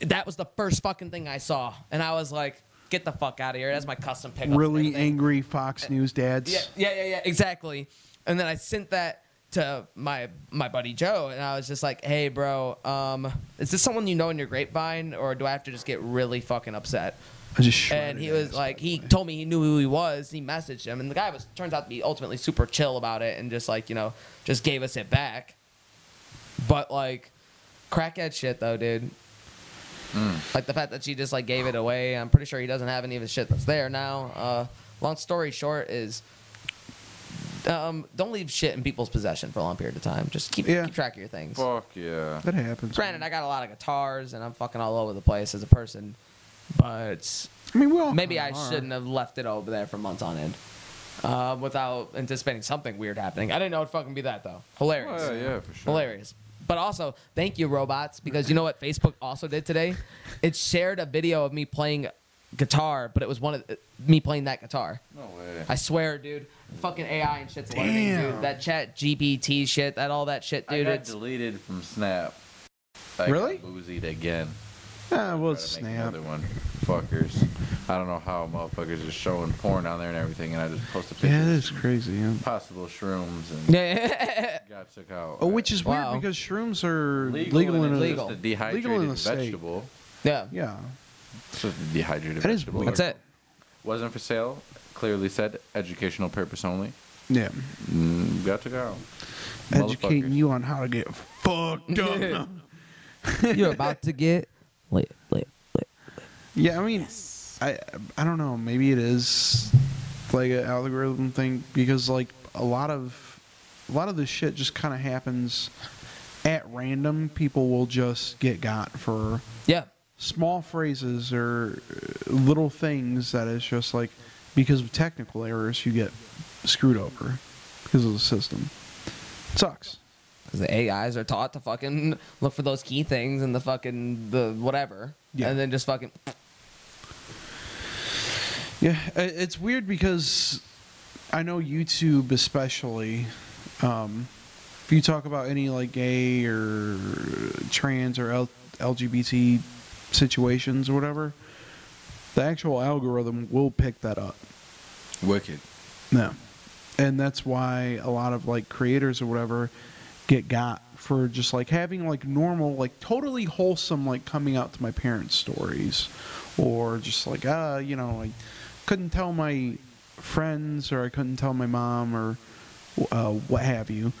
S3: That was the first fucking thing I saw. And I was like, get the fuck out of here. That's my custom pickup. and
S1: really
S3: everything.
S1: angry Fox News dads.
S3: Yeah, yeah, yeah, yeah, exactly. And then I sent that to my my buddy Joe, and I was just like, "Hey, bro, um, is this someone you know in your grapevine, or do I have to just get really fucking upset?"
S1: I just shredded
S3: And he
S1: his
S3: was
S1: ass,
S3: like,
S1: by the
S3: he
S1: way.
S3: told me he knew who he was. He messaged him, and the guy was turns out to be ultimately super chill about it, and just like you know, just gave us it back. But like, crackhead shit though, dude. Like the fact that she just like gave it away. I'm pretty sure he doesn't have any of his shit that's there now. Uh, long story short is, um, don't leave shit in people's possession for a long period of time. Just keep
S1: Yeah.
S3: keep track of your things.
S2: Fuck yeah.
S1: That happens.
S3: Granted, I
S1: man.
S3: got a lot of guitars, and I'm fucking all over the place as a person, but
S1: I mean, we all
S3: maybe I
S1: kinda are.
S3: shouldn't have left it over there for months on end uh, without anticipating something weird happening. I didn't know it'd fucking be that though. Hilarious.
S2: Oh, yeah, for sure.
S3: Hilarious. But also, thank you, robots, because you know what Facebook also did today? It shared a video of me playing guitar, but it was one of uh, me playing that guitar.
S2: No way.
S3: I swear, dude. Fucking AI and shit's learning,
S1: Damn.
S3: dude. That chat GPT shit, that all that shit,
S2: I
S3: dude.
S2: got
S3: It's
S2: deleted from Snap. I got
S1: Really?
S2: Boozied again.
S1: Ah, well,
S2: Try to make
S1: snap.
S2: Another one, fuckers. I don't know how motherfuckers are showing porn on there and everything, and I just posted pictures.
S1: Yeah, that is crazy. Yeah.
S2: of possible shrooms and
S3: yeah.
S2: got took out.
S1: Oh, which is
S3: Wow.
S1: weird because shrooms are legal, in a,
S2: and it's
S3: Legal.
S2: Just a dehydrated
S1: Legal in the state.
S2: vegetable.
S3: yeah.
S1: Yeah,
S2: It's just a dehydrated
S1: That is
S2: vegetable.
S1: weird.
S3: That's it.
S2: Wasn't for sale. Clearly said educational purpose only.
S1: yeah.
S2: Mm, got took out.
S1: Educating
S2: Motherfuckers.
S1: you on how to get fucked up.
S3: You're about to get lit, lit, lit.
S1: yeah, I mean, I I don't know. Maybe it is like an algorithm thing because like a lot of a lot of this shit just kind of happens at random. People will just get got for
S3: Yeah.
S1: small phrases or uh, little things that is just like because of technical errors you get screwed over because of the system. It sucks.
S3: Because the AIs are taught to fucking look for those key things and the fucking the whatever.
S1: Yeah.
S3: And then just fucking
S1: Yeah, i- it's weird because I know YouTube especially. Um, if you talk about any like gay or trans or L- LGBT situations or whatever, the actual algorithm will pick that up.
S2: Wicked.
S1: No. And that's why a lot of like creators or whatever get got for just like having like normal, like totally wholesome, like coming out to my parents' stories or just like, uh, you know, like couldn't tell my friends or I couldn't tell my mom or uh, what have you.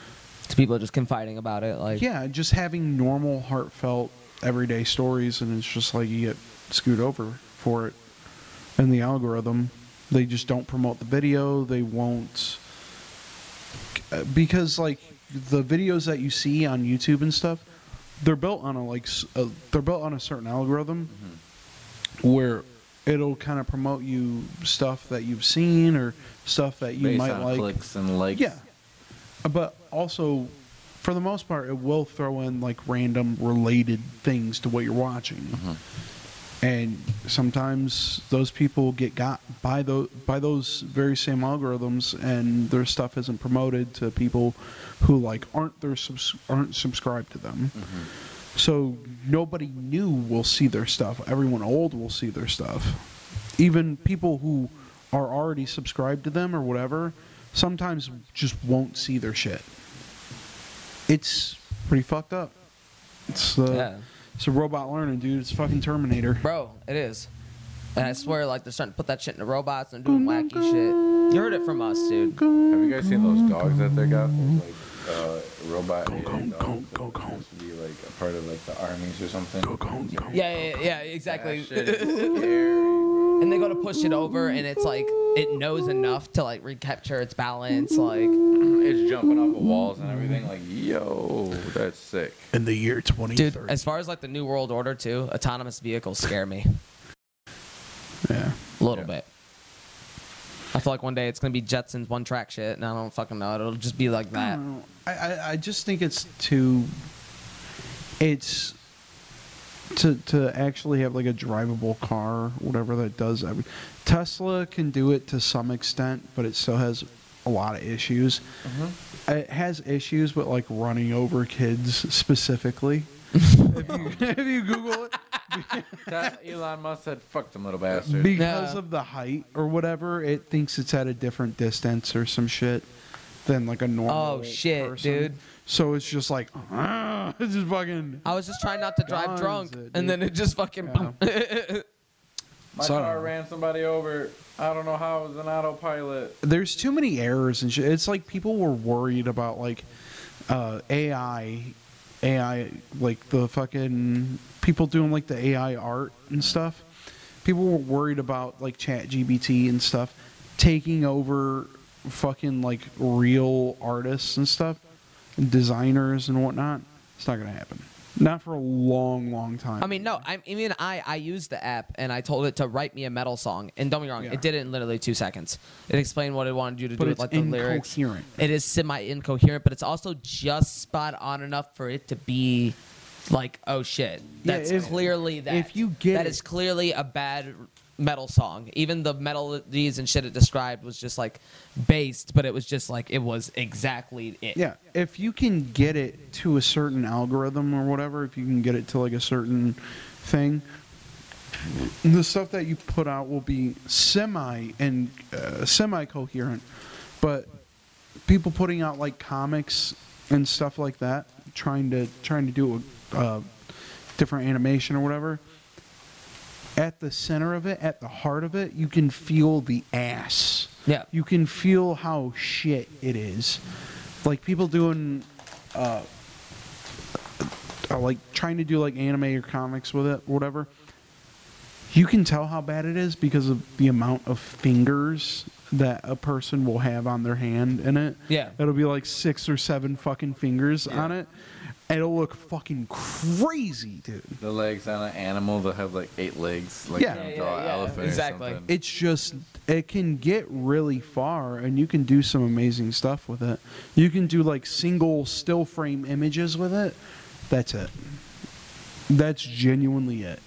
S3: to people just confiding about it. Like
S1: Yeah, just having normal, heartfelt, everyday stories, and it's just like you get screwed over for it. And the algorithm, they just don't promote the video. They won't uh, because like the videos that you see on YouTube and stuff, they're built on a like s- a, they're built on a certain algorithm
S2: Mm-hmm.
S1: where it'll kind of promote you stuff that you've seen or stuff that you
S2: Based
S1: might
S2: on
S1: like.
S2: clicks and likes.
S1: Yeah. But also, for the most part, it will throw in like random related things to what you're watching. And sometimes those people get got by those by those very same algorithms, and their stuff isn't promoted to people who like aren't their subs- aren't subscribed to them. So nobody new will see their stuff. Everyone old will see their stuff. Even people who are already subscribed to them or whatever sometimes just won't see their shit. It's pretty fucked up. It's uh,
S3: Yeah.
S1: it's a robot learning, dude. It's fucking Terminator.
S3: Bro, it is. And I swear, like they're starting to put that shit into robots and doing wacky shit. You heard it from us, dude.
S2: Have you guys seen those dogs that they got? Those, like uh, robot
S1: Go, go,
S2: AI
S1: go,
S2: dogs that
S1: go, go.
S2: supposed to be like a part of like the armies or something.
S1: Go, go, go.
S3: Yeah, yeah, yeah,
S2: That
S3: exactly.
S2: shit is scary, bro.
S3: And they go to push it over, and it's like it knows enough to like recapture its balance. Like,
S2: It's jumping off of walls and everything. Like, yo, that's sick.
S1: In the year 2030.
S3: dude, as far as like the new world order too, autonomous vehicles scare me
S1: yeah.
S3: a little
S2: Yeah.
S3: bit. I feel like one day it's gonna be Jetsons one track shit, and I don't fucking know. It'll just be like
S1: I
S3: that.
S1: don't know. I, I, I just think it's too. It's to to actually have like a drivable car, whatever that does. Every, Tesla can do it to some extent, but it still has a lot of issues. It has issues with like running over kids specifically. if, you, if you Google it,
S2: That- Elon Musk said, "Fuck them little bastards."
S1: because
S3: Yeah.
S1: of the height or whatever, it thinks it's at a different distance or some shit than like a normal.
S3: Oh, shit,
S1: person.
S3: dude.
S1: So it's just like, "Ah," it's just fucking.
S3: I was just trying not to drive
S1: Guns
S3: drunk,
S1: it, dude.
S3: and then it just fucking.
S2: My
S1: So-
S2: car ran somebody over. I don't know how it was an autopilot.
S1: There's too many errors and shit. It's like people were worried about like uh, AI, AI like the fucking people doing like the AI art and stuff. People were worried about like Chat GBT and stuff taking over fucking like real artists and stuff, and designers and whatnot. It's not gonna happen. Not for a long, long time.
S3: I mean, no, I I mean, I I used the app and I told it to write me a metal song. And don't be wrong,
S1: Yeah.
S3: it did it in literally two seconds. It explained what it wanted you to
S1: But
S3: do with
S1: it's
S3: like the lyrics.
S1: incoherent.
S3: It is semi incoherent, but it's also just spot on enough for it to be like, oh shit,
S1: Yeah,
S3: that's
S1: if-
S3: clearly that.
S1: if you get
S3: that
S1: it-
S3: is clearly a bad metal song. Even the melodies and shit it described was just like based, but it was just like it was exactly it.
S1: Yeah, if you can get it to a certain algorithm or whatever, if you can get it to like a certain thing, the stuff that you put out will be semi and uh, semi coherent. But people putting out like comics and stuff like that, trying to trying to do a uh, different animation or whatever. At the center of it, at the heart of it, you can feel the ass
S3: Yeah.
S1: you can feel how shit it is. Like people doing, uh, uh, like trying to do like anime or comics with it, whatever. You can tell how bad it is because of the amount of fingers that a person will have on their hand in it.
S3: Yeah.
S1: It'll be like six or seven fucking fingers on it. It'll look fucking crazy, dude.
S2: The legs on an animal that have like eight legs, like
S1: Yeah.
S2: you know,
S1: Yeah,
S3: yeah,
S2: draw an
S3: yeah,
S2: elephant
S3: exactly.
S2: or something.
S1: it's just it can get really far and you can do some amazing stuff with it you can do like single still frame images with it that's it that's genuinely it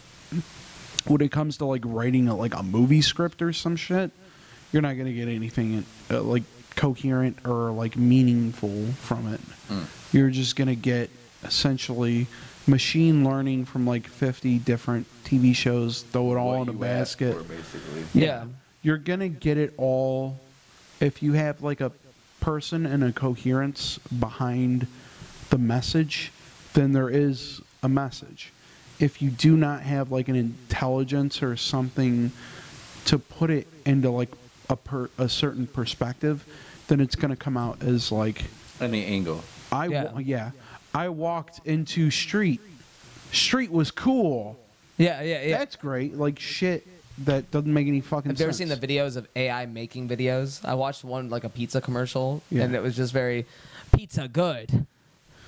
S1: when it comes to like writing a, like a movie script or some shit you're not going to get anything uh, like coherent or like meaningful from it
S2: Hmm.
S1: you're just going to get essentially machine learning from like 50 different tv shows throw it all
S2: What
S1: in a
S2: you ask
S1: basket
S2: for, basically.
S3: Yeah.
S1: you're gonna get it all if you have like a person and a coherence behind the message then there is a message if you do not have like an intelligence or something to put it into like a per, a certain perspective then it's gonna come out as like
S2: Any angle.
S1: I yeah.
S3: Yeah.
S1: yeah I walked into street street was cool
S3: Yeah, yeah, yeah.
S1: that's great like shit that doesn't make any fucking
S3: Have
S1: sense
S3: you ever seen the videos of AI making videos? I watched one like a pizza commercial,
S1: Yeah.
S3: and it was just very pizza good,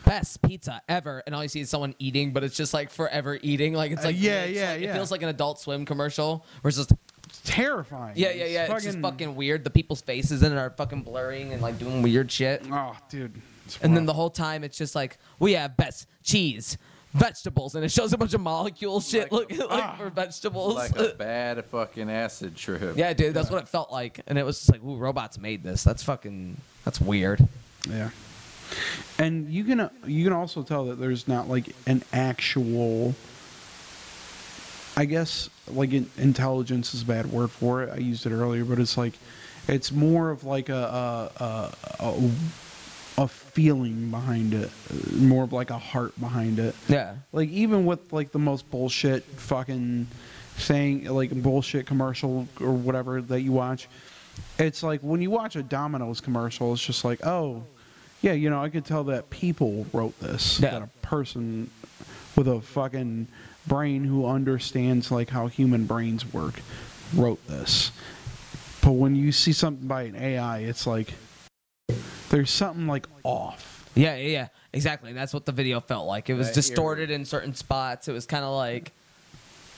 S3: best pizza ever. And all you see is someone eating, but it's just like forever eating. Like it's
S1: Uh,
S3: like
S1: yeah,
S3: it's,
S1: yeah,
S3: like-
S1: yeah.
S3: It feels like an Adult Swim commercial, where it's just
S1: terrifying.
S3: yeah, yeah, yeah. It's, just fucking weird. The people's faces in it are fucking blurring and like doing weird shit.
S1: Oh, dude. It's
S3: And then the
S1: rough.
S3: whole time it's just like we have best cheese, vegetables, and it shows a bunch of molecule shit
S2: Like
S3: looking
S1: ah,
S3: like for vegetables.
S2: Like a bad fucking acid trip.
S3: Yeah, dude, that's what it felt like, and it was just like, "Ooh, robots made this. That's fucking, that's weird."
S1: yeah. And you can you can also tell that there's not like an actual. I guess like in, intelligence is a bad word for it. I used it earlier, but it's like, it's more of like a a a, a, a feeling behind it, more of like a heart behind it.
S3: Yeah,
S1: like even with like the most bullshit fucking saying like bullshit commercial or whatever that you watch it's like when you watch a domino's commercial it's just like oh yeah you know i could tell that people wrote this
S3: Yeah.
S1: that a person with a fucking brain who understands like how human brains work wrote this but when you see something by an ai it's like there's something like off
S3: yeah, yeah, yeah. Exactly. That's what the video felt like. It was
S2: That
S3: distorted in certain spots. It was kind of like,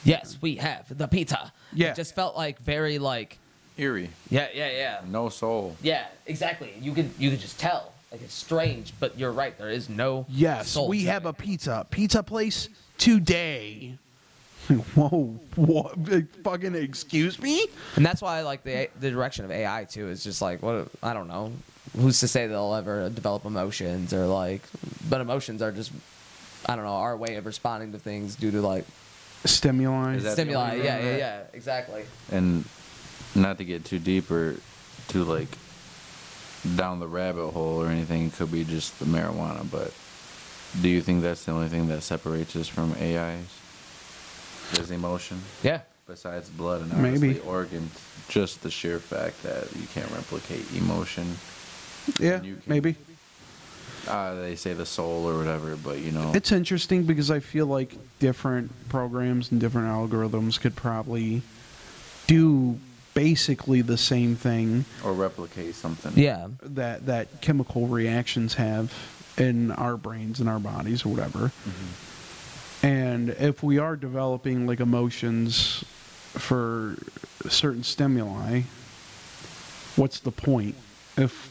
S3: "Yes, we have the pizza."
S1: Yeah.
S3: it just felt like very like,
S2: Eerie.
S3: yeah, yeah, yeah,
S2: No soul.
S3: yeah. Exactly. You could, you could just tell. Like it's strange, but you're right. There is no.
S1: Yes,
S3: soul
S1: we
S3: to
S1: have
S3: it.
S1: a pizza pizza place today. Whoa, what? Fucking excuse me?
S3: And that's why I like the the direction of AI too. Is just like what I don't know. Who's to say they'll ever develop emotions or like? But emotions are just I don't know our way of responding to things due to like
S1: Stimuli.
S2: Is that- the
S3: stimuli.
S2: only
S3: Yeah,
S2: reason
S3: yeah,
S2: that-
S3: yeah. Exactly.
S2: And not to get too deep or too like down the rabbit hole or anything. It could be just the marijuana. But do you think that's the only thing that separates us from AIs? Is emotion
S3: Yeah.
S2: besides blood and
S1: Maybe.
S2: obviously organs. Just the sheer fact that you can't replicate emotion.
S1: yeah,
S2: you can-
S1: maybe.
S2: Uh, they say the soul or whatever, but you know,
S1: It's interesting because I feel like different programs and different algorithms could probably do basically the same thing
S2: or replicate something.
S3: Yeah.
S1: that that chemical reactions have in our brains and our bodies or whatever.
S2: Mm-hmm.
S1: And if we are developing like emotions for certain stimuli, what's the point? If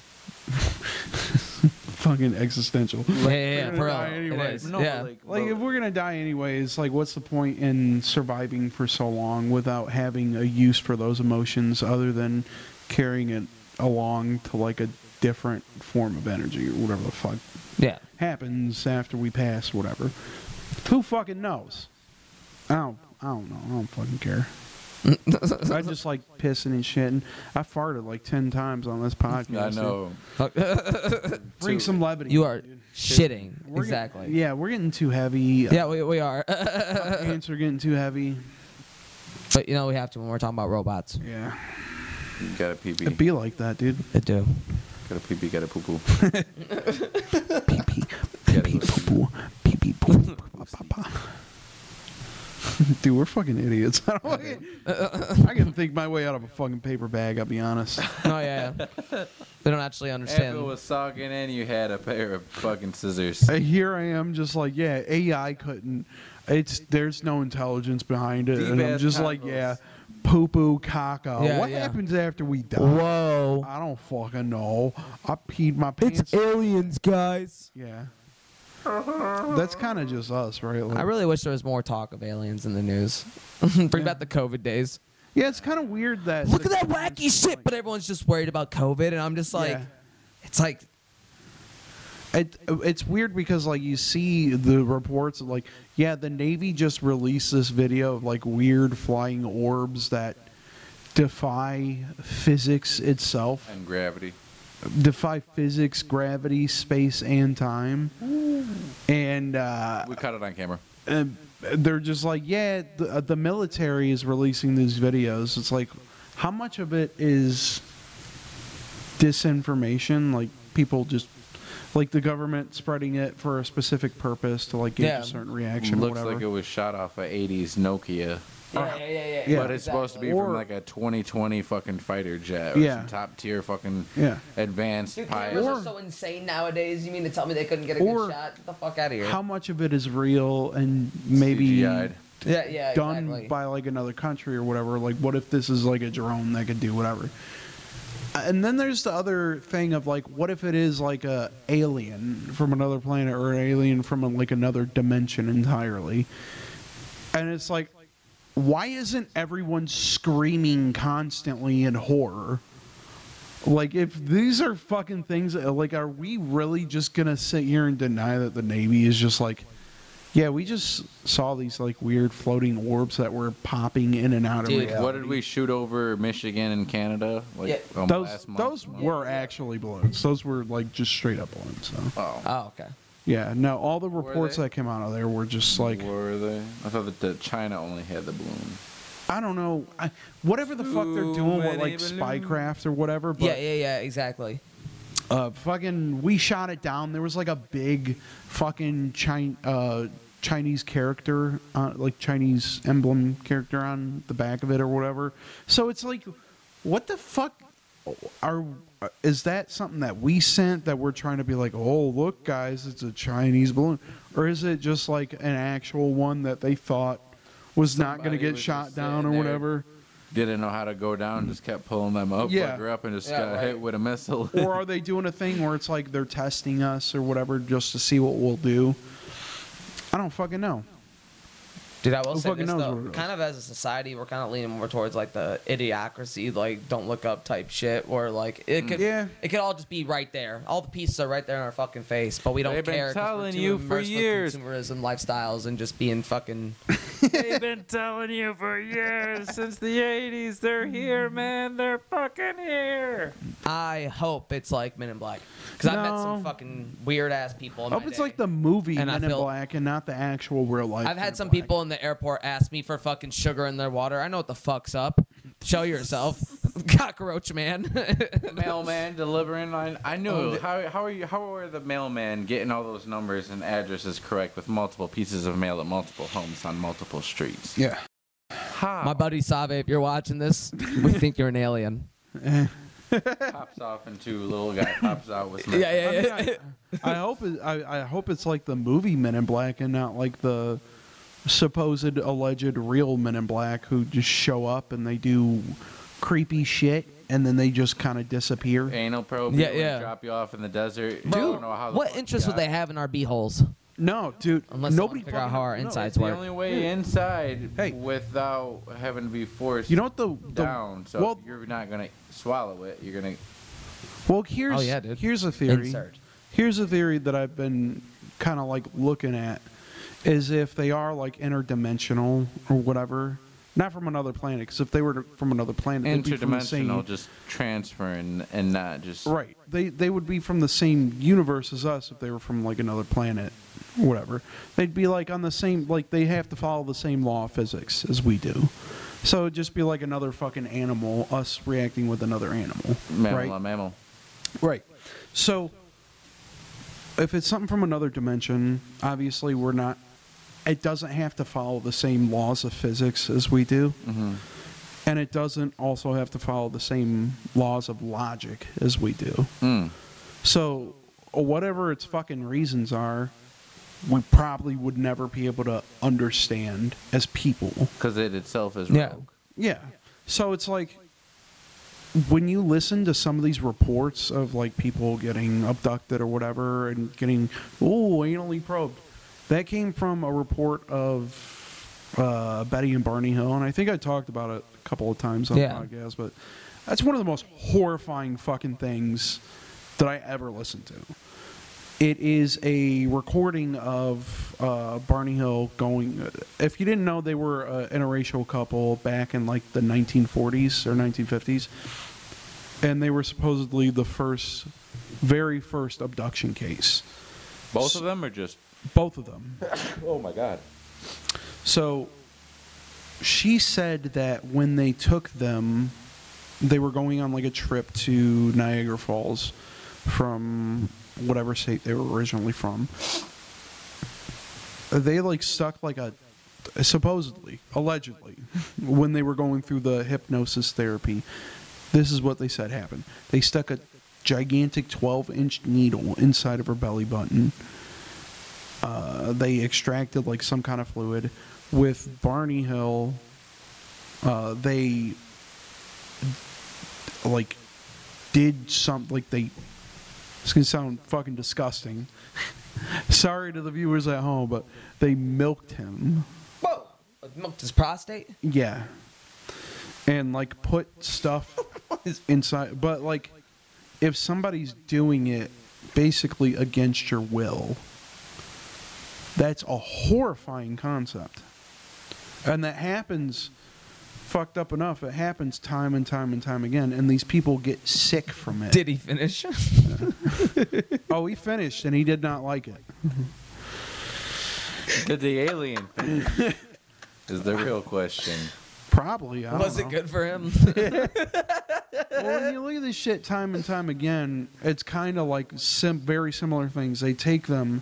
S1: fucking existential.
S3: yeah, yeah,
S1: we're
S3: for
S1: gonna
S3: real.
S1: die anyway.
S3: It is.
S2: No,
S3: yeah.
S2: like-
S1: Like if we're gonna die anyways, like what's the point in surviving for so long without having a use for those emotions other than carrying it along to like a different form of energy or whatever the fuck
S3: yeah.
S1: happens after we pass, whatever. Who fucking knows? I don't. I don't know. I don't fucking care. I just like pissing and shitting. I farted like ten times on this podcast.
S2: I know.
S3: Fuck.
S1: dude. Bring some levity.
S3: you are
S1: dude.
S3: shitting.
S1: We're get-
S3: exactly.
S1: yeah, we're getting too heavy. Uh,
S3: Yeah, we, we are.
S1: pants are getting too heavy.
S3: but you know we have to when we're talking about robots.
S1: Yeah,
S2: Got a
S1: it'd
S2: PB.
S1: be like that, dude.
S3: They do.
S2: Got a PB. Got a poo poo.
S1: Pee pee
S2: Got
S1: pee
S2: a
S1: poo pee pee poo. Dude, we're fucking idiots. I don't. fucking- I can think my way out of a fucking paper bag. I'll be honest.
S3: Oh yeah. yeah. they don't actually understand.
S2: Apple was talking and you had a pair of fucking scissors.
S1: Uh, here I am, just like yeah, AI couldn't. It's there's no intelligence behind it,
S2: Deep
S1: and I'm
S2: ass
S1: just like
S2: cockles.
S1: yeah, poo poo caca.
S3: Yeah,
S1: what
S3: yeah.
S1: happens after we die?
S3: Whoa.
S1: I don't fucking know. I peed my pants.
S3: It's aliens, guys.
S1: yeah, that's kind of just us, right? Like,
S3: I really wish there was more talk of aliens in the news. Bring back the COVID days.
S1: yeah, it's kind of weird that
S3: Look at that wacky shit, but everyone's just worried about COVID, and I'm just like,
S1: Yeah.
S3: it's like,
S1: It, it's weird because like you see the reports of like yeah the navy just released this video of like weird flying orbs that defy physics itself
S2: And gravity.
S1: defy physics gravity space and time and uh,
S2: We caught it on camera.
S1: and they're just like yeah the, uh, the military is releasing these videos it's like how much of it is disinformation like people just like the government spreading it for a specific purpose to like get
S3: Yeah.
S1: a certain reaction
S2: Looks
S1: or whatever
S2: like it was shot off a 80s Nokia.
S3: yeah, yeah, yeah,
S1: Yeah.
S2: but it's supposed to be
S1: Or-
S2: from like a 2020 fucking fighter jet. Or
S1: Yeah.
S2: Some top tier fucking
S1: Yeah.
S2: advanced pilot.
S1: cameras are Or- so
S3: insane nowadays. You mean to tell me they couldn't get
S1: a good Or- shot?
S3: Get the fuck out of here.
S1: how much of it is real and maybe
S2: CGI'd.
S3: yeah, yeah,
S1: done by like another country or whatever. Like, what if this is like a drone that could do whatever? Uh, And then there's the other thing of like, what if it is like a alien from another planet or an alien from like another dimension entirely? And it's like, why isn't everyone screaming constantly in horror? Like, if these are fucking things, uh, like, are we really just gonna sit here and deny that the Navy is just like, yeah, we just saw these like weird floating orbs that were popping in and out of
S3: Dude,
S1: reality.
S2: What did we shoot over Michigan and Canada? Like
S3: Yeah.
S2: um,
S1: Those
S2: last month?
S1: those were actually balloons. Those were like just straight up balloons. So
S2: Oh.
S3: Oh, okay.
S1: yeah, no, all the reports
S2: they?
S1: that came out of there were just like
S2: were they? I thought that the China only had the balloon.
S1: I don't know, I, whatever the fuck they're
S2: Too
S1: doing with like
S2: many balloons.
S1: spycraft or whatever. But
S3: Yeah, yeah, yeah, exactly.
S1: uh, fucking we shot it down. There was like a big fucking Chin- uh, Chinese character, uh, like Chinese emblem character on the back of it or whatever. So it's like, what the fuck are? Is that something that we sent that we're trying to be like, oh look guys, it's a Chinese balloon, or is it just like an actual one that they thought was not going to
S2: Somebody
S1: get
S2: was
S1: shot
S2: just
S1: down or
S2: sitting there.
S1: whatever?
S2: Didn't know how to go down, just kept pulling them up,
S1: Yeah.
S2: her up, and just
S3: Yeah,
S2: got
S3: right.
S2: hit with a missile.
S1: or are they doing a thing where it's like they're testing us or whatever just to see what we'll do? I don't fucking know.
S3: Dude, I will
S1: Who
S3: say
S1: fucking
S3: this
S1: knows
S3: though.
S1: what it is?
S3: Kind of as a society, we're kind of leaning more towards like the idiocracy, like don't look up type shit, or like it could,
S1: Yeah.
S3: it could all just be right there. All the pieces are right there in our fucking face, but we don't
S2: They've been
S3: care. 'cause we're
S2: telling
S3: too
S2: you for
S3: immersed with
S2: years.
S3: consumerism lifestyles and just being fucking.
S2: They've been telling you for years since the 80s. They're here, man. They're fucking here.
S3: I hope it's like Men in Black, because I've met some
S1: No.
S3: fucking weird ass people. In
S1: I hope
S3: my
S1: it's
S3: day.
S1: like the movie
S3: And I
S1: Men in
S3: feel-
S1: Black and not the actual real life.
S3: I've
S1: Men in
S3: had some
S1: Black.
S3: people in the airport ask me for fucking sugar in their water. I know what the fuck's up. Show yourself, cockroach man.
S2: Mailman delivering. I, I knew.
S3: Oh, the-
S2: how, how are you? How are the mailman getting all those numbers and addresses correct with multiple pieces of mail at multiple homes on multiple streets?
S1: Yeah.
S2: How?
S3: My buddy Sabe, if you're watching this, we think you're an alien.
S2: pops off into little guy pops out with.
S3: Yeah, yeah, yeah.
S1: I, I hope it, I, I hope it's like the movie Men in Black and not like the supposed alleged real Men in Black who just show up and they do creepy shit and then they just kind of disappear.
S2: Anal probe.
S3: Yeah,
S2: Yeah, yeah.
S3: yeah.
S2: Drop you off in the desert.
S3: Dude, what interest would they have in our beeholes?
S1: No, dude.
S3: Unless
S1: nobody
S3: nobody figure out
S1: fucking-
S3: how our
S1: no,
S3: insides
S2: The
S3: work.
S2: only way inside
S1: Hey.
S2: without having to be forced
S1: You know what the, the
S2: down. So
S1: well,
S2: you're not gonna swallow it. You're gonna.
S1: well here's
S3: Oh, yeah, dude.
S1: here's a theory.
S3: Insert.
S1: Here's a theory that I've been kind of like looking at is if they are like interdimensional or whatever, not from another planet. Because if they were to, from another planet, they'd be from the same
S2: Interdimensional, just transferring and not just
S1: Right. They they would be from the same universe as us if they were from like another planet, whatever. They'd be like on the same like they have to follow the same law of physics as we do. So it'd just be like another fucking animal, us reacting with another animal.
S2: mammal
S1: right.
S2: on mammal.
S1: Right. So if it's something from another dimension, obviously we're not it doesn't have to follow the same laws of physics as we do.
S2: Mm-hmm.
S1: And it doesn't also have to follow the same laws of logic as we do.
S2: Mm.
S1: So, whatever its fucking reasons are, we probably would never be able to understand as people.
S2: Because it itself is
S3: Yeah.
S2: rogue.
S1: Yeah. So it's like when you listen to some of these reports of like people getting abducted or whatever and getting oh anally probed, that came from a report of uh, Betty and Barney Hill, and I think I talked about it a couple of times on
S3: Yeah.
S1: the podcast. But that's one of the most horrifying fucking things that I ever listened to. It is a recording of uh, Barney Hill going. If you didn't know, they were an interracial couple back in like the 1940s or 1950s, and they were supposedly the first, very first abduction case.
S2: Both of them are just.
S1: Both of them.
S2: Oh my god.
S1: So she said that when they took them, they were going on like a trip to Niagara Falls from whatever state they were originally from. They like stuck like a supposedly, allegedly, when they were going through the hypnosis therapy. This is what they said happened. They stuck a gigantic 12 inch needle inside of her belly button uh, they extracted like some kind of fluid. With Barney Hill, uh, they like did some like they. It's gonna sound fucking disgusting. Sorry to the viewers at home, but they milked him.
S3: Whoa! Milked his prostate?
S1: Yeah. And like put stuff inside, but like if somebody's doing it basically against your will, that's a horrifying concept. And that happens fucked up enough. It happens time and time and time again and these people get sick from it.
S3: Did he finish?
S1: oh, he finished and he did not like it.
S2: Did the alien thing is the real question.
S1: Probably. I don't
S3: Was it
S1: know.
S3: good for him?
S1: well, when you look at this shit time and time again, it's kind of like sim- very similar things. They take them,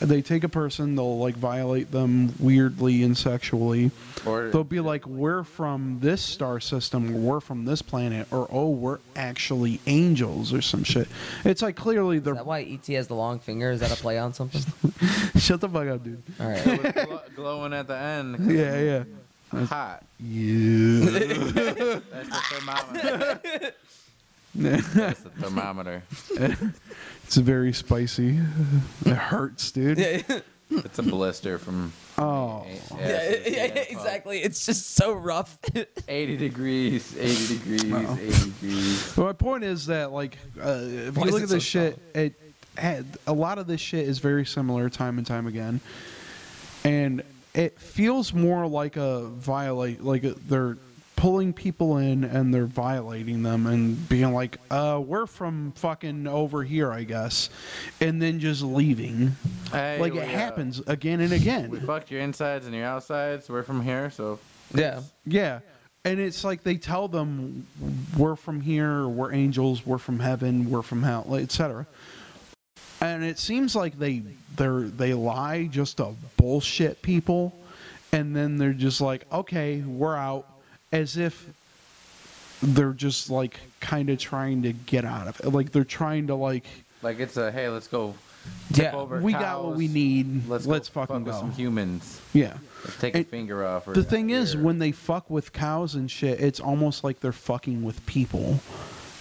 S1: they take a person, they'll like violate them weirdly and sexually.
S2: Or
S1: They'll be like, "We're from this star system, or we're from this planet," or "Oh, we're actually angels," or some shit. It's like clearly
S3: Is
S1: they're
S3: that why ET has the long finger? Is that a play on something?
S1: shut the fuck up, dude.
S3: All right.
S2: With glo- glowing at the end.
S1: Yeah, yeah,
S2: Hot.
S1: yeah.
S2: That's the thermometer. That's the thermometer.
S1: it's very spicy. It hurts, dude.
S3: yeah,
S2: It's a blister from.
S1: Oh.
S3: exactly. It's just so rough.
S2: 80 degrees, 80 degrees, 80 degrees.
S1: Well, my point is that, like, uh, if
S3: Why
S1: you
S3: is
S1: look
S3: it
S1: at
S3: so
S1: this shit, it had, a lot of this shit is very similar time and time again, and it feels more like a violate, like a, they're pulling people in and they're violating them and being like, "Uh, we're from fucking over here, I guess," and then just leaving.
S2: Hey,
S1: like
S3: oh,
S2: we,
S1: it
S2: uh,
S1: happens again and
S2: We
S1: again.
S2: fucked your insides and your outsides. We're from here, so
S3: yeah.
S1: Yeah. And it's like they tell them we're from here, we're angels, we're from heaven, we're from hell, etc. And it seems like they they are they lie just to bullshit people and then they're just like, "Okay, we're out." As if they're just like kind of trying to get out of it. Like they're trying to like
S2: like it's a hey, let's go
S3: Yeah,
S2: over
S1: we got what
S2: cows.
S1: we need.
S2: Let's,
S1: Let's,
S2: go fuck
S1: fucking
S2: with
S1: go.
S2: some humans.
S1: Yeah.
S2: Let's take a
S1: And
S2: finger off. Or
S1: The thing is,
S2: ear.
S1: when they fuck with cows and shit, it's almost like they're fucking with people,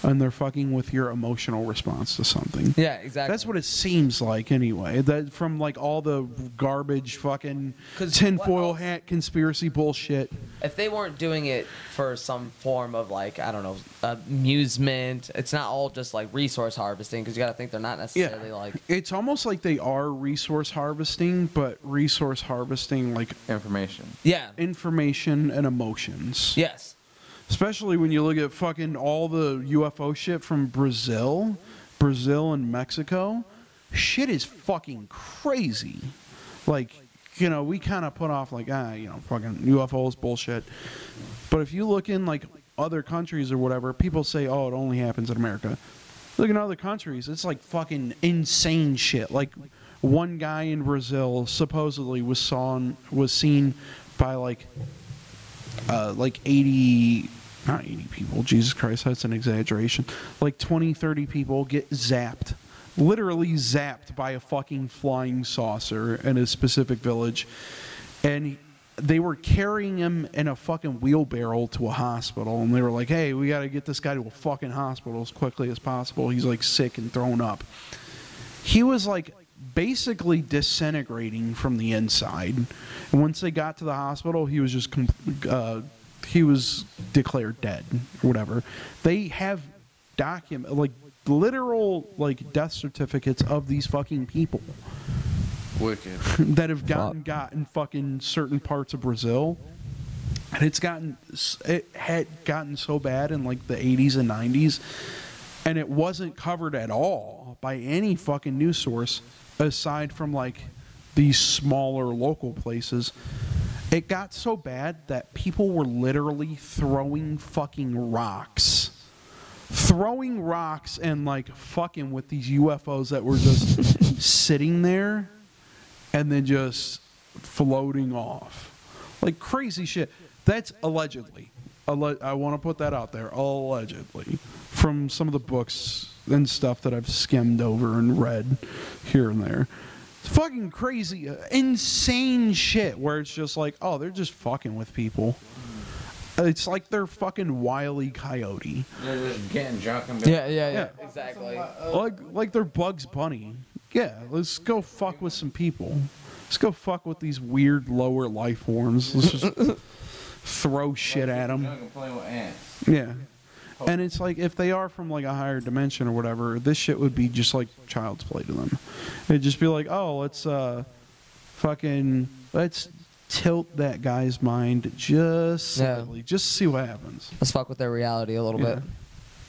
S1: and they're fucking with your emotional response to something.
S3: Yeah, exactly.
S1: That's what it seems like, anyway. That from like all the garbage, fucking
S3: 'Cause what
S1: tinfoil
S3: else-
S1: hat conspiracy bullshit.
S3: if they weren't doing it for some form of like I don't know amusement, it's not all just like resource harvesting because you got to think they're not necessarily like
S1: it's almost like they are resource harvesting, but resource harvesting like
S2: information.
S3: yeah
S1: information and emotions.
S3: yes
S1: Especially when you look at fucking all the UFO shit from Brazil, Brazil and Mexico. Shit is fucking crazy. Like, you know, we kind of put off like, ah, you know, fucking UFOs bullshit. But if you look in like other countries or whatever, people say, "Oh, it only happens in America." Look in other countries, it's like fucking insane shit. Like one guy in Brazil supposedly was saw was seen by like uh, like 80 not 80 people jesus christ that's an exaggeration like 20 30 people get zapped literally zapped by a fucking flying saucer in a specific village and they were carrying him in a fucking wheelbarrow to a hospital and they were like hey we got to get this guy to a fucking hospital as quickly as possible he's like sick and thrown up he was like basically disintegrating from the inside. And once they got to the hospital, he was just com- uh, he was declared dead or whatever. They have document like literal like death certificates of these fucking people
S2: Wicked.
S1: that have gotten got in fucking certain parts of Brazil. And it's gotten s- it had gotten so bad in like the 80s and 90s and it wasn't covered at all by any fucking news source aside from like these smaller local places. It got so bad that people were literally throwing fucking rocks. Throwing rocks and like fucking with these UFOs that were just sitting there and then just floating off. Like crazy shit. That's allegedly. Alle- I want to put that out there. Allegedly. From some of the books and stuff that I've skimmed over and read here and there. It's fucking crazy, uh, insane shit where it's just like, oh, they're just fucking with people. It's like they're fucking wily coyote.
S2: They're just getting drunk and be
S3: yeah yeah yeah,
S1: Yeah.
S3: exactly
S1: like like they're Bugs Bunny. Yeah, let's go fuck with some people. Let's go fuck with these weird lower life forms. Let's just throw shit at them.
S2: drunk and playing with ants.
S1: Yeah. And it's like if they are from like a higher dimension or whatever, this shit would be just like child's play to them. It'd just be like, oh, let's uh, fucking let's tilt that guy's mind just
S3: Yeah.
S1: slightly, just see what happens.
S3: let's fuck with their reality a little
S1: Yeah.
S3: bit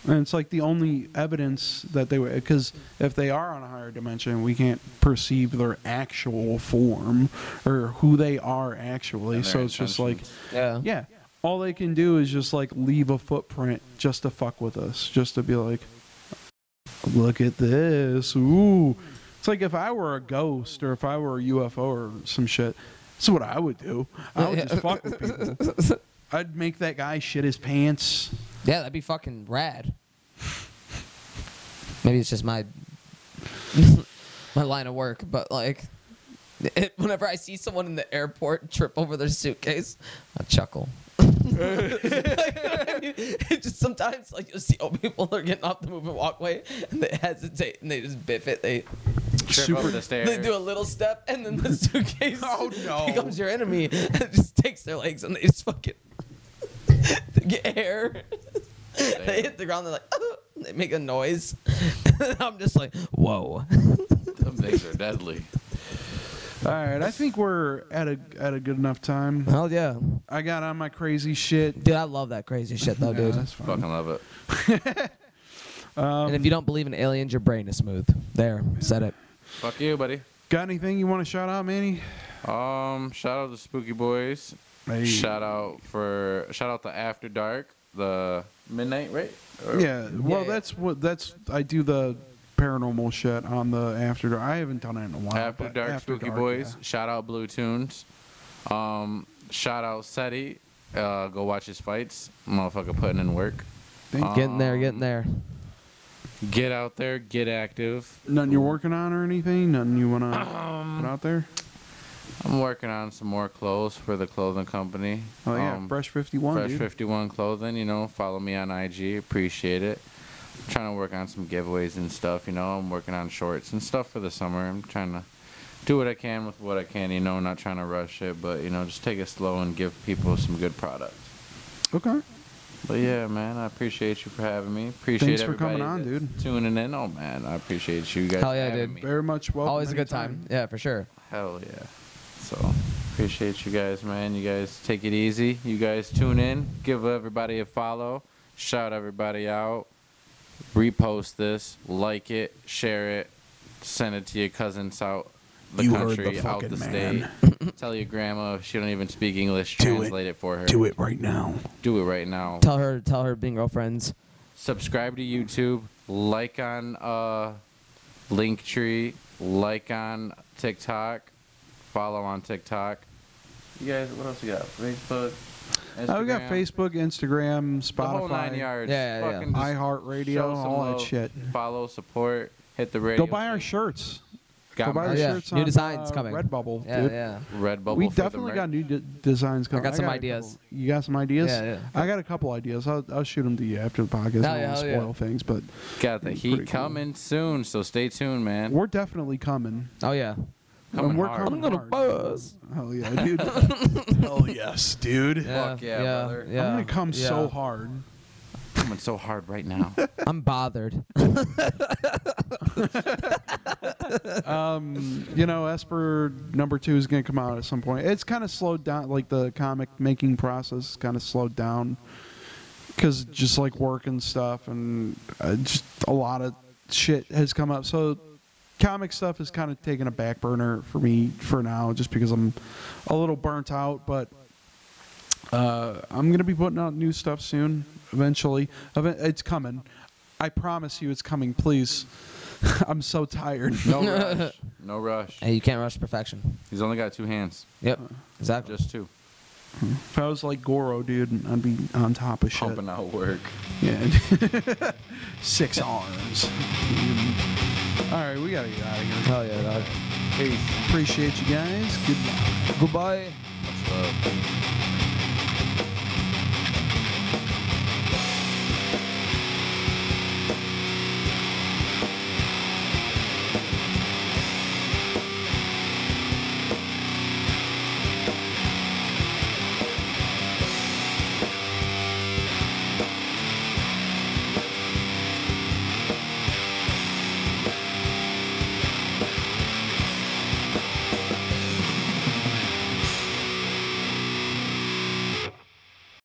S1: And it's like the only evidence that they were, because if they are on a higher dimension, we can't perceive their actual form or who they are actually.
S2: And their
S1: So it's just like,
S2: intentions.
S3: yeah
S1: yeah, all they can do is just like leave a footprint just to fuck with us, just to be like, look at this. Ooh. It's like if I were a ghost or if I were a UFO or some shit, this is what I would do. I would just fuck with people. I'd make that guy shit his pants.
S3: yeah that'd be fucking rad maybe it's just my my line of work but like it, whenever I see someone in the airport trip over their suitcase I chuckle. like, you know what I mean? It just sometimes like you'll see old people they're getting off the moving walkway and they hesitate and they just biff it. They
S2: Trip
S1: Super-
S2: over the stairs.
S3: they do a little step and then the suitcase
S1: Oh, no.
S3: becomes your enemy and it just takes their legs and they just fucking they get air. they hit the ground, they're like, "Oh," they make a noise. and I'm just like, whoa.
S2: Them things are deadly.
S1: All right, I think we're at a at a good enough time.
S3: Hell yeah.
S1: I got on my crazy shit.
S3: Dude, I love that crazy shit though,
S1: Yeah,
S3: dude.
S1: that's fine.
S2: Fucking love it.
S3: and if you don't believe in aliens, your brain is smooth. There, said it.
S2: Fuck you, buddy.
S1: Got anything you want to shout out, Manny?
S2: Um, shout out to Spooky Boys.
S1: Hey.
S2: Shout out for shout out to After Dark, the midnight, right? Or-
S1: Yeah. Well,
S3: yeah.
S1: that's what that's. I do the paranormal shit on the after dark. I haven't done it in a while.
S2: After
S1: but
S2: Dark Spooky Boys.
S1: yeah.
S2: Shout out Blue Tunes. Um, shout out Seti. Uh, go watch his fights. Motherfucker putting in work.
S1: Thank
S2: Uh,
S3: Getting there, getting there.
S4: Get out there, get active.
S1: Nothing you're working on or anything? Nothing you want to
S2: Um,
S1: put out there?
S2: I'm working on some more clothes for the clothing company.
S1: Oh, yeah.
S2: Um,
S1: Fresh 51,
S2: Fresh
S1: dude.
S2: 51 Clothing, you know, follow me on IG. Appreciate it. I'm trying to work on some giveaways and stuff, you know. I'm working on shorts and stuff for the summer. I'm trying to do what I can with what I can, you know, not trying to rush it, but, you know, just take it slow and give people some good product.
S1: Okay.
S2: But yeah, man, I appreciate you for having me. Appreciate
S1: Thanks for
S2: everybody
S1: coming on,
S2: that's
S1: dude.
S2: Tuning in, oh man, I appreciate you guys.
S3: Hell yeah,
S2: having
S3: dude.
S2: me.
S1: Very much welcome.
S3: Always a good
S1: anytime.
S3: time. Yeah, for sure.
S2: Hell yeah. So appreciate you guys, man. You guys take it easy. You guys tune in. Give everybody a follow. Shout everybody out. Repost this. Like it. Share it. Send it to your cousins out the
S1: You heard the
S2: country, out
S1: fucking
S2: the
S1: man.
S2: state. Tell your grandma if she don't even speak English,
S1: Do it.
S2: translate it. for her.
S1: Do it right now.
S2: Do it right now.
S3: Tell her, tell her, bingo friends.
S2: Subscribe to YouTube. Like on uh, Linktree. Like on TikTok. Follow on TikTok. You guys, what else we got? Facebook.
S1: Oh, we got
S2: Instagram,
S1: Facebook, Instagram,
S2: The whole nine
S1: Spotify,
S2: yards.
S3: Yeah, yeah, yeah.
S2: Fucking just
S1: iHeartRadio,
S2: show some
S1: all that
S2: love,
S1: shit.
S2: Follow, support, hit the radio.
S1: Go buy our shirts.
S2: Got
S1: Go buy
S2: my
S1: our
S3: Yeah.
S1: shirts
S3: New
S1: on,
S3: designs
S1: uh,
S3: coming.
S1: Redbubble,
S3: Yeah,
S1: dude.
S3: yeah.
S2: Red bubble.
S1: we
S2: for the
S1: definitely
S2: merch.
S1: got new de- designs coming.
S3: got some
S1: a
S3: ideas.
S1: couple- you got some ideas?
S3: Yeah, yeah.
S1: I got a couple ideas. I'll, I'll shoot them to you after the podcast.
S3: Hell
S1: I
S3: yeah,
S1: don't want
S3: hell
S1: to
S3: yeah.
S1: spoil things, but
S2: Got the heat
S1: Pretty cool.
S2: coming soon, so stay tuned, man.
S1: we're definitely coming.
S3: Oh yeah.
S2: Coming
S1: and we're
S2: hard.
S1: coming
S3: I'm gonna
S1: hard.
S3: buzz.
S1: Hell yeah, dude. Hell yes, dude.
S2: Fuck yeah, brother.
S1: I'm gonna come
S3: yeah.
S1: so hard.
S2: coming so hard right now.
S3: I'm bothered.
S1: Um, you know, Esper number two is gonna come out at some point. It's kind of slowed down, like the comic making process kind of slowed down because just like work and stuff, and uh, just a lot of shit has come up. So, comic stuff is kind of taking a back burner for me for now, just because I'm a little burnt out. But uh, I'm gonna be putting out new stuff soon. Eventually, Even- it's coming. I promise you, it's coming. Please. I'm so tired.
S2: No rush. No rush.
S3: hey, you can't rush perfection.
S2: He's only got two hands.
S3: Yep. Exactly.
S2: Just two.
S1: If I was like Goro, dude, I'd be on top of shit.
S2: Pumping out work.
S1: Yeah. Six arms. All right, we gotta get out of here.
S3: Hell yeah, dog.
S2: Peace.
S1: Appreciate you guys. Goodbye.
S3: Goodbye.
S2: Much love.